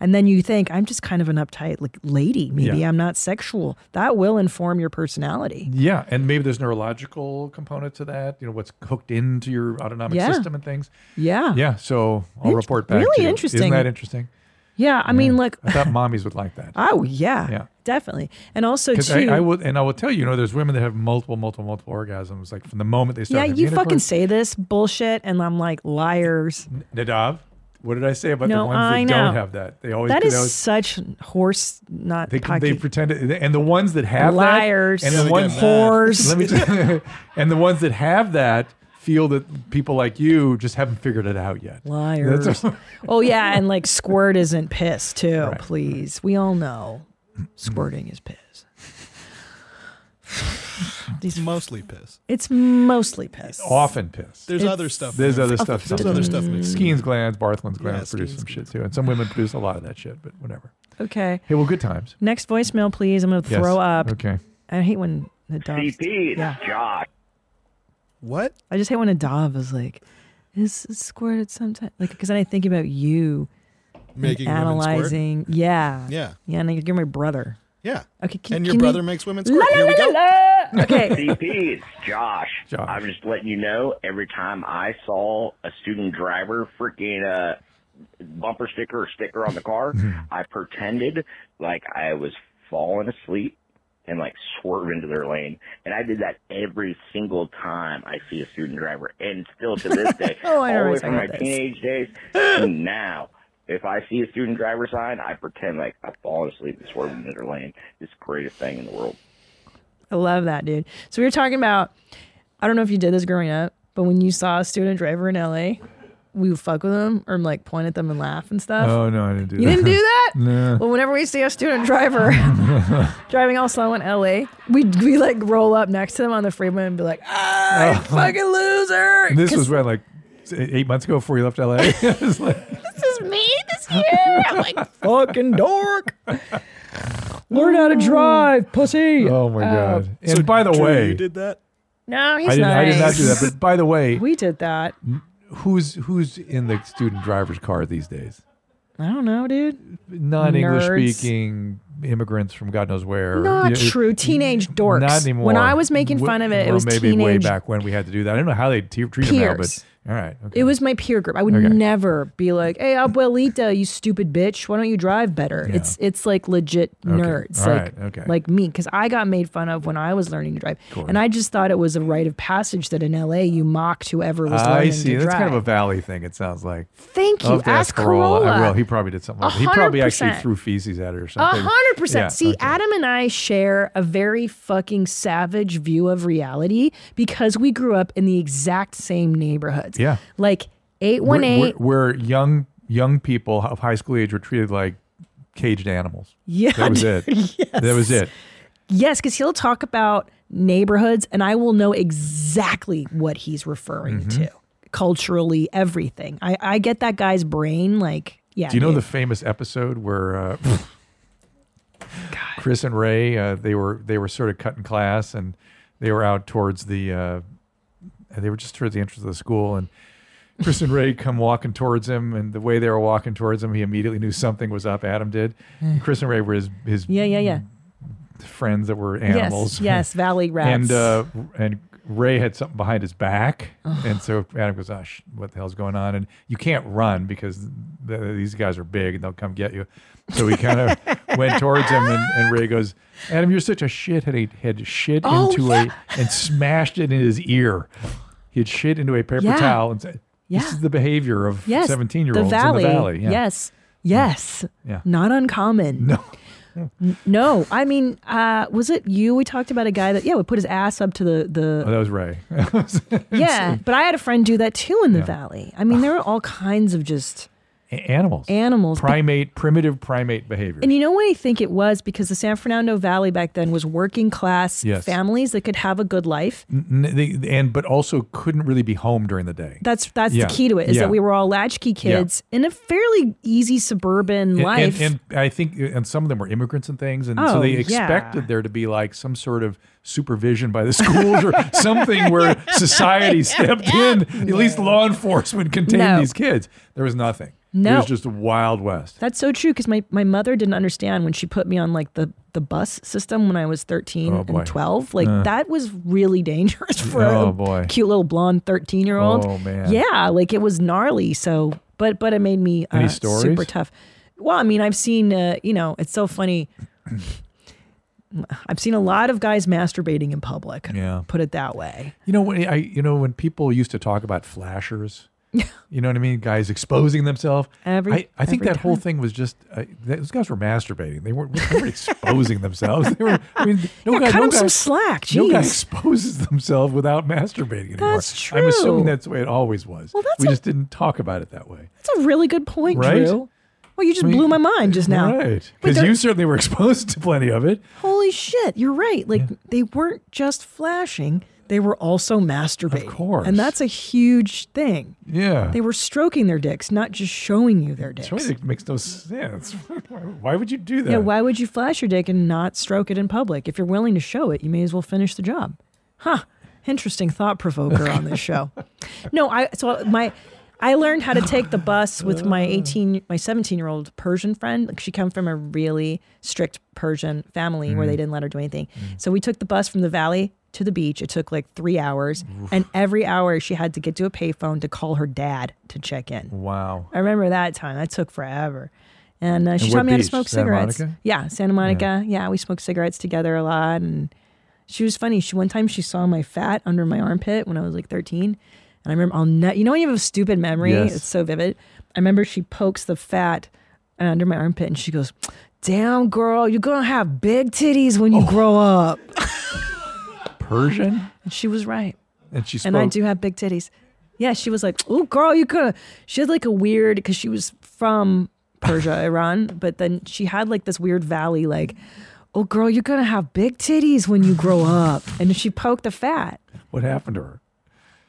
and then you think i'm just kind of an uptight like lady maybe
Yeah.
i'm not sexual that will inform your personality
yeah, and maybe there's neurological component to that. You know what's hooked into your autonomic
Yeah.
system and things.
yeah
Yeah, so I'll
Int-
report back.
really
to you. Isn't
interesting.
that interesting?
yeah i mean like
I thought mommies would like that.
oh yeah,
Yeah.
definitely and also
Because
too
I, I will, and I will tell you, you know, there's women that have multiple, multiple, multiple orgasms, like from the moment they
yeah
start. having
you fucking
intercourse.
say this bullshit and i'm like liars
Nadav. What did I say about
No,
the ones
I
that
know.
don't have that? They always
That
they
is
always-
such horse not
they, they
cocky
pretend it, and the ones that have
liars,
that, and the
Really
ones
get mad.
whores.
Let me just, and the ones that have that feel that people like you just haven't figured it out yet.
liars.
That's all-
oh yeah, and like squirt isn't piss too. Please, we all know squirting is piss.
It's mostly piss.
It's mostly piss.
often pissed.
There's other stuff.
There's
there.
other stuff.
There's other stuff mixed. in.
Skene's glands, Barthland's glands
Yeah,
produce
Skeen's
some shit too, and some women produce a lot of that shit. But whatever.
Okay,
Hey, well, good times.
next voicemail, please. I'm gonna
Yes.
throw up.
Okay.
I hate when the dog. Yeah,
What?
I just hate when a dog is like, "Is is squirted sometimes?" Like, because then I think about you
Making women squirt?
analyzing. Yeah,
Yeah.
yeah. And you're- you're my brother.
Yeah.
Okay, can-
and your
can
brother
you-
makes women
La,
squirt.
la,
Here we
la,
go.
la. Okay.
CP, it's Josh.
Josh.
I'm just letting you know every time I saw a student driver freaking uh, bumper sticker or sticker on the car. I pretended like I was falling asleep and like swerve into their lane. And I did that every single time I see a student driver. And still to this day,
Oh, I know
all the way
we're
from
talking
my
about this.
teenage days to now, if I see a student driver sign, I pretend like I've fallen asleep and swerved into their lane. It's the greatest thing in the world.
I love that, dude. So we were talking about, I don't know if you did this growing up, but when you saw a student driver in LA, we would fuck with them or like point at them and laugh and stuff.
Oh no, I didn't do
You
that.
didn't do that?
No.
Well, whenever we see a student driver driving all slow in LA, we we like roll up next to them on the freeway and be like, ah, you fucking loser.
Oh. This
'Cause
was when like eight months ago before you left LA. It's like,
this is me this year. I'm like, fucking dork. Learn how to drive, pussy.
oh my god! and by the
Drew,
way,
you did that.
No, he's
I didn't. I
nice.
did not do that. But by the way,
We did that.
who's who's in the student driver's car these days?
I don't know, dude.
Non-English
Nerds.
speaking immigrants from God knows where.
Not
You-
true. Teenage dorks.
Not anymore.
When I was making
W-
fun of it, it
well,
was
maybe
teenage.
way back when we had to do that. I don't know how they te- treat them now, but
Peers.
all right. Okay.
It was my peer group. I would
Okay.
never be like, "Hey, abuelita, you stupid bitch, why don't you drive better?"
Yeah.
It's it's like legit nerds,
All
like
right. Okay.
like me, because I got made fun of when I was learning to drive, and I just thought it was a rite of passage that in LA you mocked whoever was learning
I see.
to
That's
drive.
kind of a valley thing. It sounds like.
Thank
I'll
you.
have to
Ask
ask
Corolla.
I will. He probably did something like that. He probably actually
100%.
threw feces at her or
A
something.
hundred
Yeah,
percent. See,
okay.
Adam and I share a very fucking savage view of reality because we grew up in the exact same neighborhoods.
Yeah.
Like
We're- we're-
818.
Where, young young people of high school age were treated like caged animals.
Yeah,
That was it. That was it.
Yes, because he'll talk about neighborhoods and I will know exactly what he's referring
Mm-hmm.
to culturally, everything. I, I get that guy's brain. Like, yeah.
Do you know
dude.
the famous episode where uh, Chris and Ray uh, they were they were sort of cutting class and they were out towards the uh, they were just towards the entrance of the school and Chris and Ray come walking towards him and the way they were walking towards him he immediately knew something was up. Adam did. And Chris and Ray were his his
Hmm. Yeah, yeah, yeah.
friends that were Mm-hmm. animals.
Yes, yes, valley rats.
And uh, and Ray had something behind his back, and so Adam goes, "Oh, sh- what the hell's going on?" And you can't run because th- these guys are big and they'll come get you. So he kind of went towards him, and, and Ray goes, "Adam, you're such a shithead." He had shit
Oh,
into
yeah.
a and smashed it in his ear. He had shit into a paper
Yeah.
towel and said. This
Yeah.
is the behavior of
yes,
seventeen-year-olds in the valley. Yeah. Mm.
Yes, yes,
Yeah.
not uncommon.
No.
N- no. I mean, uh, was it you? We talked about a guy that yeah would put his ass up to the
Oh,
the
that was Ray.
yeah. But I had a friend do that too in the valley. I mean, there were all kinds of just
Animals.
animals. but-
Primate, primitive primate behavior.
and you know what I think it was because the San Fernando Valley back then was working class
Yes. Mm.
families that could have a good life.
N- they, and but also couldn't really be home during the day.
That's that's
Yeah.
the key to it is
Yeah.
that we were all latchkey kids in a fairly easy suburban
And-
life.
And, and I think, and some of them were immigrants and things, and
Oh,
so they
yeah.
expected there to be like some sort of supervision by the schools or something where society stepped in. At least law enforcement contained
No.
these kids. There was nothing. it
No.
was just the wild west.
That's so true because my, my mother didn't understand when she put me on like the, the bus system when I was 13
Oh, boy.
and 12. Like that was really dangerous for
Oh,
a
boy.
cute little blonde 13 year old.
Oh, man.
Yeah, like it was gnarly. So, but but it made me
Any
uh,
stories?
super tough. Well, I mean, I've seen, uh, you know, it's so funny. I've seen a lot of guys masturbating in public.
Yeah.
Put it that way.
You know when I, you know when people used to talk about flashers. You know what I mean? Guys exposing themselves.
Every-
I, I think
every
that whole
time.
thing was just uh, those guys were masturbating. They weren't, they weren't exposing themselves. They were. I mean, no guy,
yeah, cut
no
him
guy,
some slack. Jeez.
No guy exposes themselves without masturbating anymore.
That's
I'm assuming
true.
that's the way it always was.
Well, that's
we
a-
just didn't talk about it that way.
That's a really good point,
Right?
Drew. Well, you just
I mean,
blew my mind just now.
Right.
Wait,
Because
there-
you certainly were exposed to plenty of it.
Holy shit, you're right. Like they weren't just flashing, they were also masturbating.
Of course.
And that's a huge thing.
Yeah.
They were stroking their dicks, not just showing you their
That's why
dicks.
it makes no sense. why would you do that?
Yeah, why would you flash your dick and not stroke it in public? If you're willing to show it, you may as well finish the job. Huh. Interesting thought provoker on this show. No, I so my I learned how to take the bus with my 18 my 17-year-old Persian friend. Like she come from a really strict Persian family where they didn't let her do anything. So we took the bus from the valley to the beach. It took like three hours, and every hour she had to get to a payphone to call her dad to check in.
Wow.
I remember that time. That took forever. And uh, she
what
taught me how to
beach?
smoke
Santa
cigarettes.
Monica?
Yeah, Santa Monica. Yeah. we smoked cigarettes together a lot. And she was funny. She one time she saw my fat under my armpit when I was like 13. And I remember I'll ne- you know when you have a stupid memory,
Yes.
it's so vivid. I remember she pokes the fat uh, under my armpit and she goes, "Damn girl, you're gonna have big titties when
Oh.
you grow up."
Persian?
And she was right
And she spoke.
and I do have big titties. Yeah, she was like, "Oh, girl, you could." She had like a weird because she was from Persia, Iran, but then she had like this weird valley, like, "Oh, girl, you're gonna have big titties when you grow up," and she poked the fat.
What happened to her?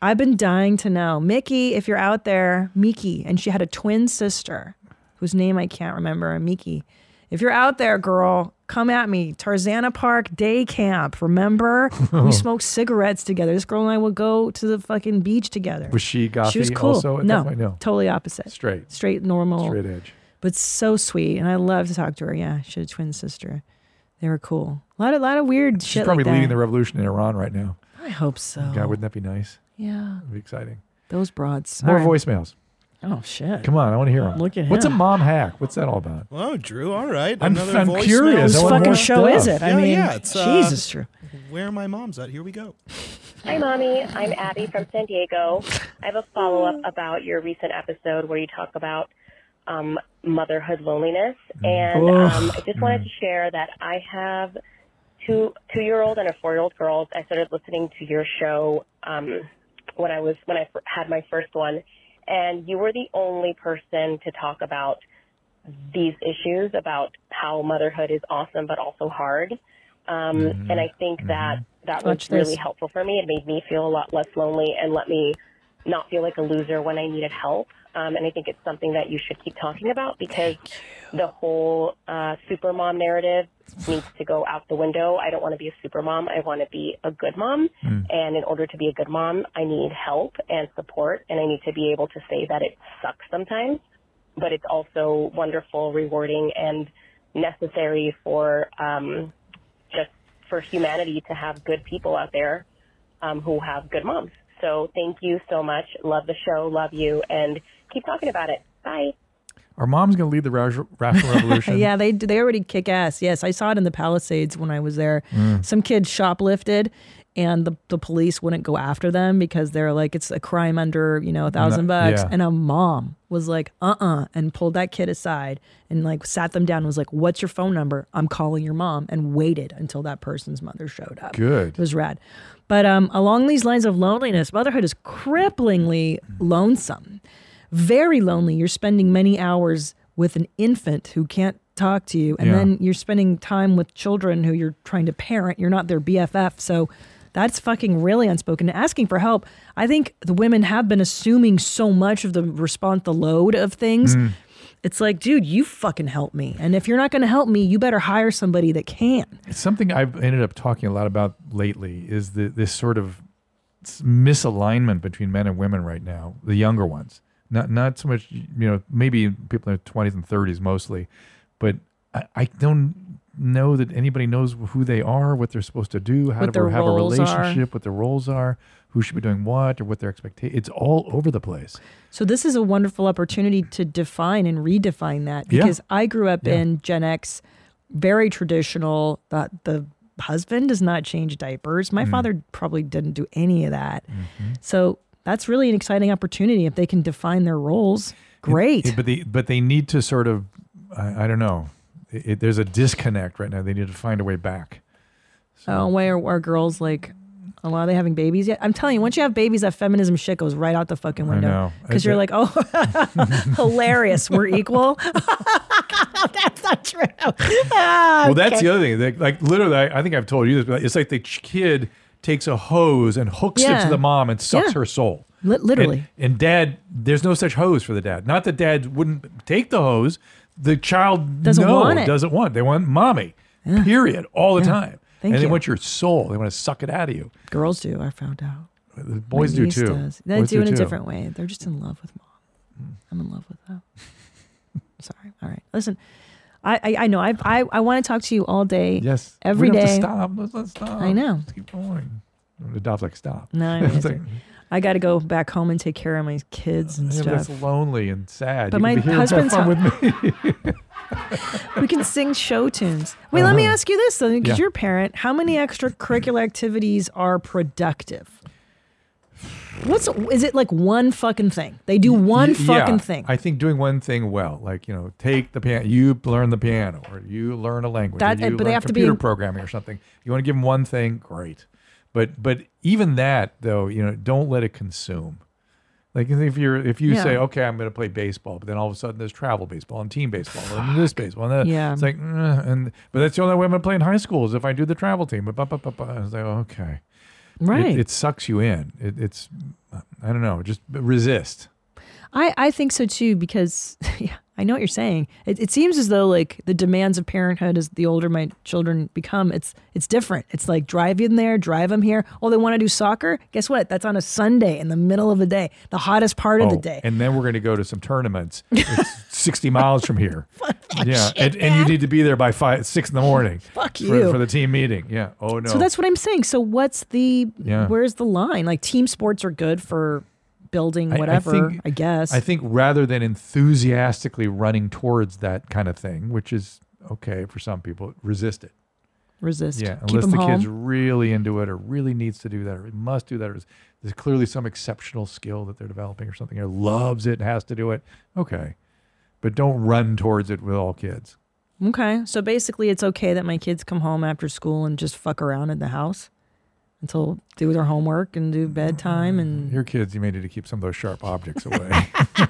I've been dying to know, Mickey, if you're out there, Miki, and she had a twin sister whose name I can't remember, Miki. If you're out there, girl, come at me. Tarzana Park Day Camp. Remember, we smoked cigarettes together. This girl and I would go to the fucking beach together.
Was she gothy
She was cool.
also at
no,
that point? No.
totally opposite.
Straight.
Straight, normal,
Straight edge.
but so sweet. And I love to talk to her. Yeah, she had a twin sister. They were cool. A lot of, lot of weird
She's
shit.
probably
like
leading
that.
the
Oh.
revolution in Iran right now.
I hope so.
God, wouldn't that be nice?
yeah,
It'd be exciting.
those broads.
More
All right.
voicemails.
Oh shit.
Come on, I want to hear them.
Look at
What's a
him.
mom hack? What's that all about?
Well, Drew, all right.
I'm-
Another
I'm
voicemail.
curious. I
Whose
want
fucking
more
show is
stuff.
it? I
Yeah,
mean,
yeah, it's, uh,
Jesus, Drew.
Where are my mom's at? Here we go.
Hi, Mommy. I'm Abby from San Diego. I have a follow up about your recent episode where you talk about um, motherhood loneliness. And um, I just wanted to share that I have two two year old and a four year old girls. I started listening to your show um, when I was when I fir- had my first one, and you were the only person to talk about these issues about how motherhood is awesome but also hard. Um, And I think that
Watch
that was
this.
really helpful for me. It made me feel a lot less lonely and let me not feel like a loser when I needed help. Um, and I think it's something that you should keep talking about because the whole uh, super mom narrative needs to go out the window. I don't want to be a super mom. I want to be a good mom. And in order to be a good mom, I need help and support. And I need to be able to say that it sucks sometimes but it's also wonderful, rewarding, and necessary for um, just for humanity to have good people out there um, who have good moms. So thank you so much. Love the show. Love you, and keep talking about it. Bye.
Our mom's going to lead the rational rational revolution.
Yeah, they they already kick ass. Yes, I saw it in the Palisades when I was there.
Mm.
Some kids shoplifted, and the, the police wouldn't go after them because they're like it's a crime under you know a thousand bucks.
yeah.
And a mom was like, uh uh and pulled that kid aside and like sat them down and was like, "What's your phone number? I'm calling your mom," and waited until that person's mother showed up.
Good.
It was rad. But um, along these lines of loneliness, motherhood is cripplingly lonesome very lonely. You're spending many hours with an infant who can't talk to you, and
Yeah.
then you're spending time with children who you're trying to parent. You're not their BFF, so that's fucking really unspoken. Asking for help, I think the women have been assuming so much of the response, the load of things. It's like, dude, you fucking help me. And if you're not going to help me, you better hire somebody that can.
It's something I've ended up talking a lot about lately is the, this sort of s- misalignment between men and women right now, the younger ones. Not not so much, you know, maybe people in their 20s and 30s mostly, but I, I don't know that anybody knows who they are, what they're supposed to do, how
What
to
their
have a
roles are.
relationship, what their roles are, who should be doing what, or what their expectation. It's all over the place.
So this is a wonderful opportunity to define and redefine that
Yeah.
because I grew up in Gen X, very traditional. The, the husband does not change diapers.
Mm.
My father probably didn't do any of that.
Mm-hmm.
So that's really an exciting opportunity if they can define their roles. Great.
Yeah, but they but they need to sort of I, I don't know. It, it- there's a disconnect right now. They need to find a way back.
oh, why are, are girls like? Oh, are they having babies yet? I'm telling you, once you have babies, that feminism shit goes right out the fucking window.
know.
Because you're like, oh, hilarious, we're equal. That's not true. Ah,
Well, that's the other thing. Like, like literally, I, I think I've told you this. But it's like the ch- kid takes a hose and hooks it
Yeah.
to the mom and sucks
Yeah.
her soul.
Li- literally.
And, and dad, there's no such hose for the dad. Not that dad wouldn't take the hose. The child
Doesn't
no,
want it.
doesn't want. They want mommy. Period. All the time.
Thank
and they
you.
want your soul. They want to suck it out of you.
Girls do. I found out.
The boys
My
do
niece
too.
does. They
Boys
do in a
too. Mm.
different way. They're just in love with mom. I'm in love with them. Sorry. All right. Listen, I I, I know. I've, I I want to talk to you all day.
Yes.
Every
we don't
day.
Have to stop. Let's not stop.
I know.
Let's keep going. The dog's like, stop.
No, I,
It's
mean,
like,
I got to go back home and take care of my kids and
yeah, but
stuff.
that's lonely and sad.
But
You
my
can be here and have
husband's
fun with me.
We can sing show tunes. Wait, let me ask you this though, because
Uh-huh. Yeah.
you're a parent. How many extracurricular activities are productive? What's is it like one fucking thing? They do one
Y- yeah.
fucking thing.
I think doing one thing well, like you know, take the piano, you learn the piano, or you learn a language,
That-
or you
but they
learn
have to be
computer
in-
programming or something. You want to give them one thing, great, but but even that though, you know, don't let it consume. Like if you're if you
Yeah.
say okay, I'm going to play baseball, but then all of a sudden there's travel baseball and team baseball and this baseball and that.
Yeah.
It's like mm, and but that's the only way I'm going to play in high school is if I do the travel team. But ba- ba- ba- ba. I was like okay,
right.
It, it sucks you in. It, it's I don't know, just resist.
I, I think so too because yeah, I know what you're saying. It, it seems as though like the demands of parenthood as the older my children become, it's it's different. It's like drive in there, drive them here. Oh, they want to do soccer. Guess what? That's on a Sunday in the middle of the day, the hottest part of the
Oh,
day.
And then we're going to go to some tournaments. It's 60 miles from here. yeah. and, and you need to be there by five, six in the morning.
Fuck
for,
you.
For the team meeting. Yeah. Oh, no.
So that's what I'm saying. So what's the
Yeah.
where's the line? Like team sports are good for building whatever, I, guess.
I think rather than enthusiastically running towards that kind of thing, which is okay for some people, resist it.
Resist.
Yeah.
Keep
Unless
them
the
home.
kid's really into it or really needs to do that or must do that. Or there's clearly some exceptional skill that they're developing or something or loves it, has to do it. Okay. But don't run towards it with all kids.
Okay. So basically, it's okay that my kids come home after school and just fuck around in the house until do their homework and do bedtime. And
Your kids, you may need to keep some of those sharp objects away.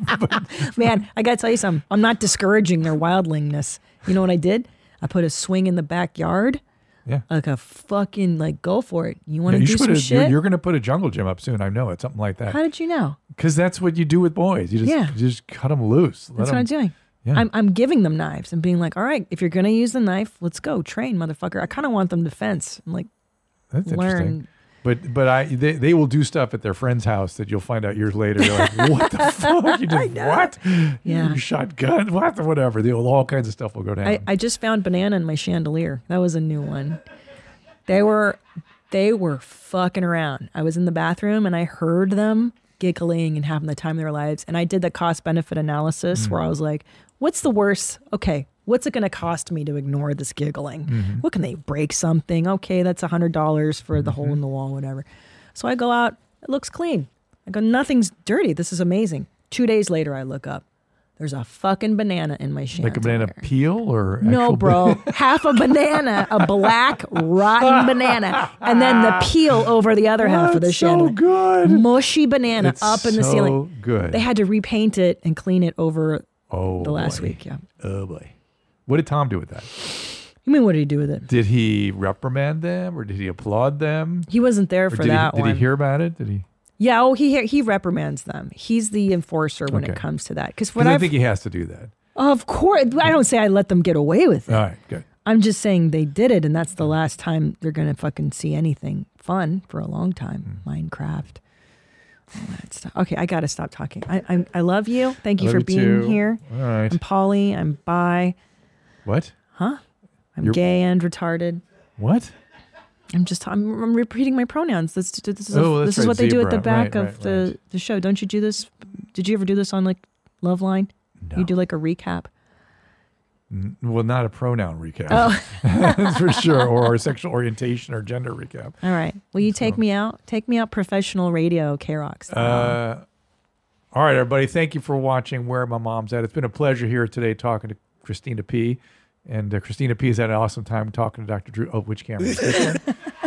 Mm-hmm.
man, I got to tell you something. I'm not discouraging their wildlingness. You know what I did? I put a swing in the backyard.
Yeah.
Like a fucking, like, go for it. You want
Yeah,
to
you
do
should
some
put a-
shit?
you're, you're going to put a jungle gym up soon. I know it, something like
How
that.
did you know?
Because that's what you do with boys. You just
Yeah.
you just cut them loose. Let
That's what
'em-
I'm doing.
Yeah.
I'm, I'm giving them knives and being like, all right, if you're going to use the knife, let's go train, motherfucker. I kind of want them to fence. I'm like,
That's
learn.
interesting. But but I they, they will do stuff at their friend's house that you'll find out years later. You're like, what the fuck? You did what?
Yeah.
You shot gun? What? Whatever. They will, all kinds of stuff will go down.
I, I just found banana in my chandelier. That was a new one. They were they were fucking around. I was in the bathroom and I heard them giggling and having the time of their lives. And I did the cost benefit analysis where I
Mm.
was like, what's the worst? Okay, what's it gonna cost me to ignore this giggling?
Mm-hmm.
What can they break something? Okay, that's a hundred dollars for the
Mm-hmm.
hole in the wall, whatever. So I go out, it looks clean. I go, nothing's dirty. This is amazing. Two days later I look up. There's a fucking banana in my chandelier.
like a banana peel or
No,
actual
bro. Half a banana, a black, rotten banana, and then the peel over the other half of the
That's so
chandelier.
good.
Mushy banana
It's
up in the
so
ceiling.
good.
They had to repaint it and clean it over
oh,
the last
boy.
week. Yeah.
Oh boy. What did Tom do with that?
You mean what did he do with it?
Did he reprimand them or did he applaud them?
He wasn't there
Or
for
did
that
he, did
one.
he hear about it? Did he?
yeah. Oh, he he reprimands them. He's the enforcer when it
Okay.
comes to that. Because what
Because I
I've,
think he has to do that.
of course, I don't say I let them get away with it.
All right, good.
I'm just saying they did it, and that's
Mm.
the last time they're gonna fucking see anything fun for a long time.
Mm.
Minecraft, all that stuff. Okay, I gotta stop talking. I I, I love you. Thank you
Love
for
you
being
too.
here. Um,
All right.
I'm Polly. I'm bi.
What?
I'm
You're-
gay and retarded.
What?
I'm just I'm, I'm repeating my pronouns. This this is,
Oh, that's
this is
right,
what they do at the
zebra.
back
Right,
of
right,
the
right.
the show. Don't you do this? Did you ever do this on like Love Line? You do like a recap.
Well, not a pronoun recap.
Oh.
That's for sure. Or our sexual orientation or gender recap.
All right. Will you take me out? Take me out, professional radio, K Rocks.
Uh, all right, everybody. Thank you for watching Where My Mom's At. It's been a pleasure here today talking to Christina P. And uh, Christina P. has had an awesome time talking to Dr. Drew. Oh, which camera? Is this one?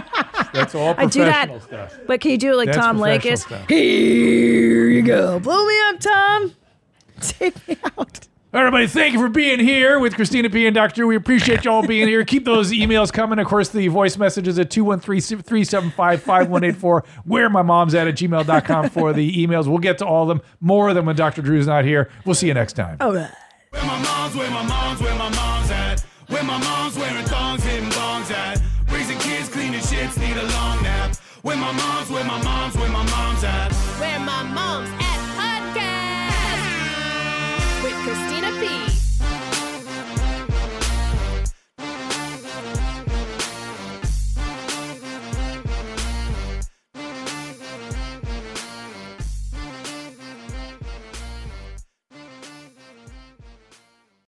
That's all
I do
professional
that.
stuff.
But can you do it like
That's
Tom
professional
Lakis?
stuff.
Here you go. Blow me up, Tom. Take me out.
Everybody, thank you for being here with Christina P. and Dr. We appreciate y'all being here. Keep those emails coming. Of course, the voice messages at 213-375-5184. Where my mom's at at gmail.com for the emails. We'll get to all of them. More of them when Dr. Drew's not here. We'll see you next time.
All right.
Where my mom's, where my mom's, where my mom's at. Where my mom's wearing thongs, hitting bongs at. Raising kids, cleaning shits, need a long nap. Where my mom's, where my mom's, where my mom's at.
Where my mom's at.